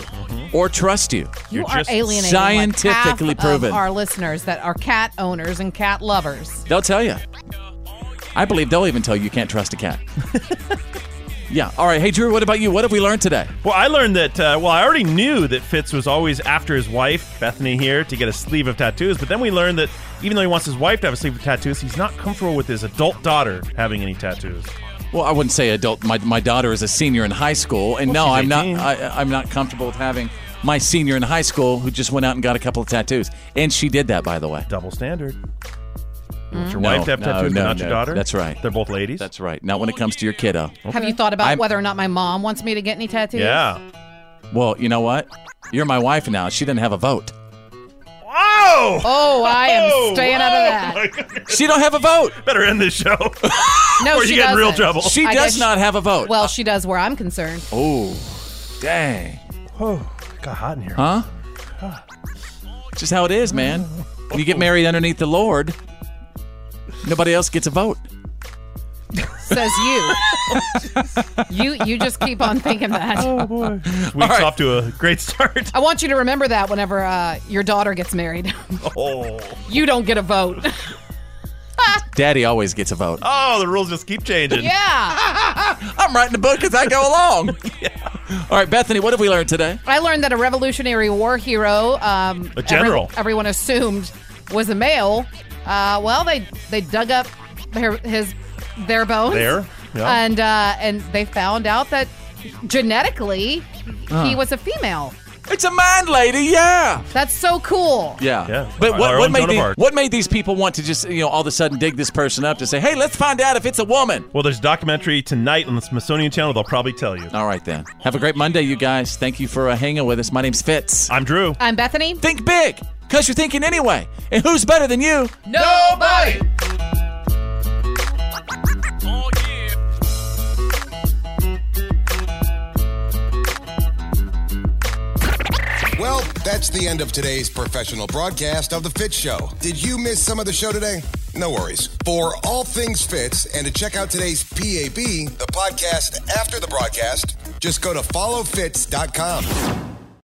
Speaker 9: or trust you.
Speaker 10: you are alienating
Speaker 9: scientifically
Speaker 10: like half
Speaker 9: proven.
Speaker 10: Of our listeners that are cat owners and cat lovers.
Speaker 9: They'll tell you. I believe they'll even tell you you can't trust a
Speaker 10: (laughs)
Speaker 9: cat. yeah. All right. Hey, Drew, what about you? What have we learned today?
Speaker 8: Well, I learned that. Uh, well, I already knew that Fitz was always after his wife, Bethany, here to get a sleeve of tattoos. But then we learned that even though he wants his wife to have a sleeve of tattoos, he's not comfortable with his adult daughter having any tattoos.
Speaker 9: Well, I wouldn't say adult. My, my daughter is a senior in high school, and
Speaker 8: Well,
Speaker 9: no,
Speaker 8: she's
Speaker 9: I'm not.
Speaker 8: 18.
Speaker 9: I, I'm not comfortable with having my senior in high school who just went out and got a couple of tattoos, and she did that, by the way.
Speaker 8: Double standard. You want your
Speaker 9: Hmm? No,
Speaker 8: wife to have
Speaker 9: no,
Speaker 8: tattoos, but
Speaker 9: no,
Speaker 8: not your
Speaker 9: no.
Speaker 8: daughter.
Speaker 9: That's right.
Speaker 8: They're both ladies.
Speaker 9: That's right. Not when it comes to your kiddo.
Speaker 10: Have you thought about
Speaker 9: I'm-
Speaker 10: whether or not my mom wants me to get any tattoos?
Speaker 9: Well, you know what? You're my wife now. She doesn't have a vote.
Speaker 10: Oh! Oh, I am
Speaker 8: Oh,
Speaker 10: staying out
Speaker 8: (laughs)
Speaker 10: of that.
Speaker 9: She don't have a vote.
Speaker 8: Better end this show. (laughs)
Speaker 10: No,
Speaker 8: or
Speaker 10: she
Speaker 8: oh, you get in real
Speaker 10: doesn't.
Speaker 8: trouble.
Speaker 10: She I does guess- not
Speaker 9: have a vote.
Speaker 10: Well, she does where I'm concerned.
Speaker 9: Oh, dang.
Speaker 8: Oh, got hot
Speaker 9: (laughs)
Speaker 8: in here.
Speaker 9: Huh? Just how it is, man. When you get married underneath the Lord, nobody else gets a vote.
Speaker 10: Says you. (laughs) you you just keep on thinking that. Oh boy.
Speaker 8: Week's off to a great (laughs) start.
Speaker 10: I want you to remember that whenever uh, your daughter gets married, (laughs)
Speaker 8: Oh.
Speaker 10: you don't get a vote.
Speaker 9: Daddy always gets a vote.
Speaker 8: Oh, the rules just keep changing.
Speaker 10: yeah.
Speaker 9: I'm writing a book as I go along.
Speaker 8: (laughs)
Speaker 9: All right, Bethany, what have we learned today?
Speaker 10: I learned that a Revolutionary War hero, um,
Speaker 9: A general.
Speaker 10: every- everyone assumed was a male. Uh, well, they they dug up her, his their bones
Speaker 8: There, yeah.
Speaker 10: and uh, and they found out that genetically he
Speaker 9: Huh.
Speaker 10: was a female.
Speaker 9: It's a man, lady. Yeah.
Speaker 10: That's so cool.
Speaker 9: Yeah. But what,
Speaker 8: Our
Speaker 9: what
Speaker 8: own
Speaker 9: made
Speaker 8: Joan of
Speaker 9: the-
Speaker 8: Arc.
Speaker 9: what made these people want to just, you know, all of a sudden dig this person up to say, hey, let's find out if it's a woman?
Speaker 8: Well, there's a documentary tonight on the Smithsonian Channel. They'll probably tell you.
Speaker 9: All right, then. Have a great Monday, you guys. Thank you for uh, hanging with us. My name's Fitz.
Speaker 8: I'm Drew.
Speaker 10: I'm Bethany.
Speaker 9: Think big, because you're thinking anyway. And who's better than you? Nobody.
Speaker 3: Well, that's the end of today's professional broadcast of The Fit Show. Did you miss some of the show today? No worries. For all things fits and to check out today's PAB, the podcast after the broadcast, just go to followfits.com.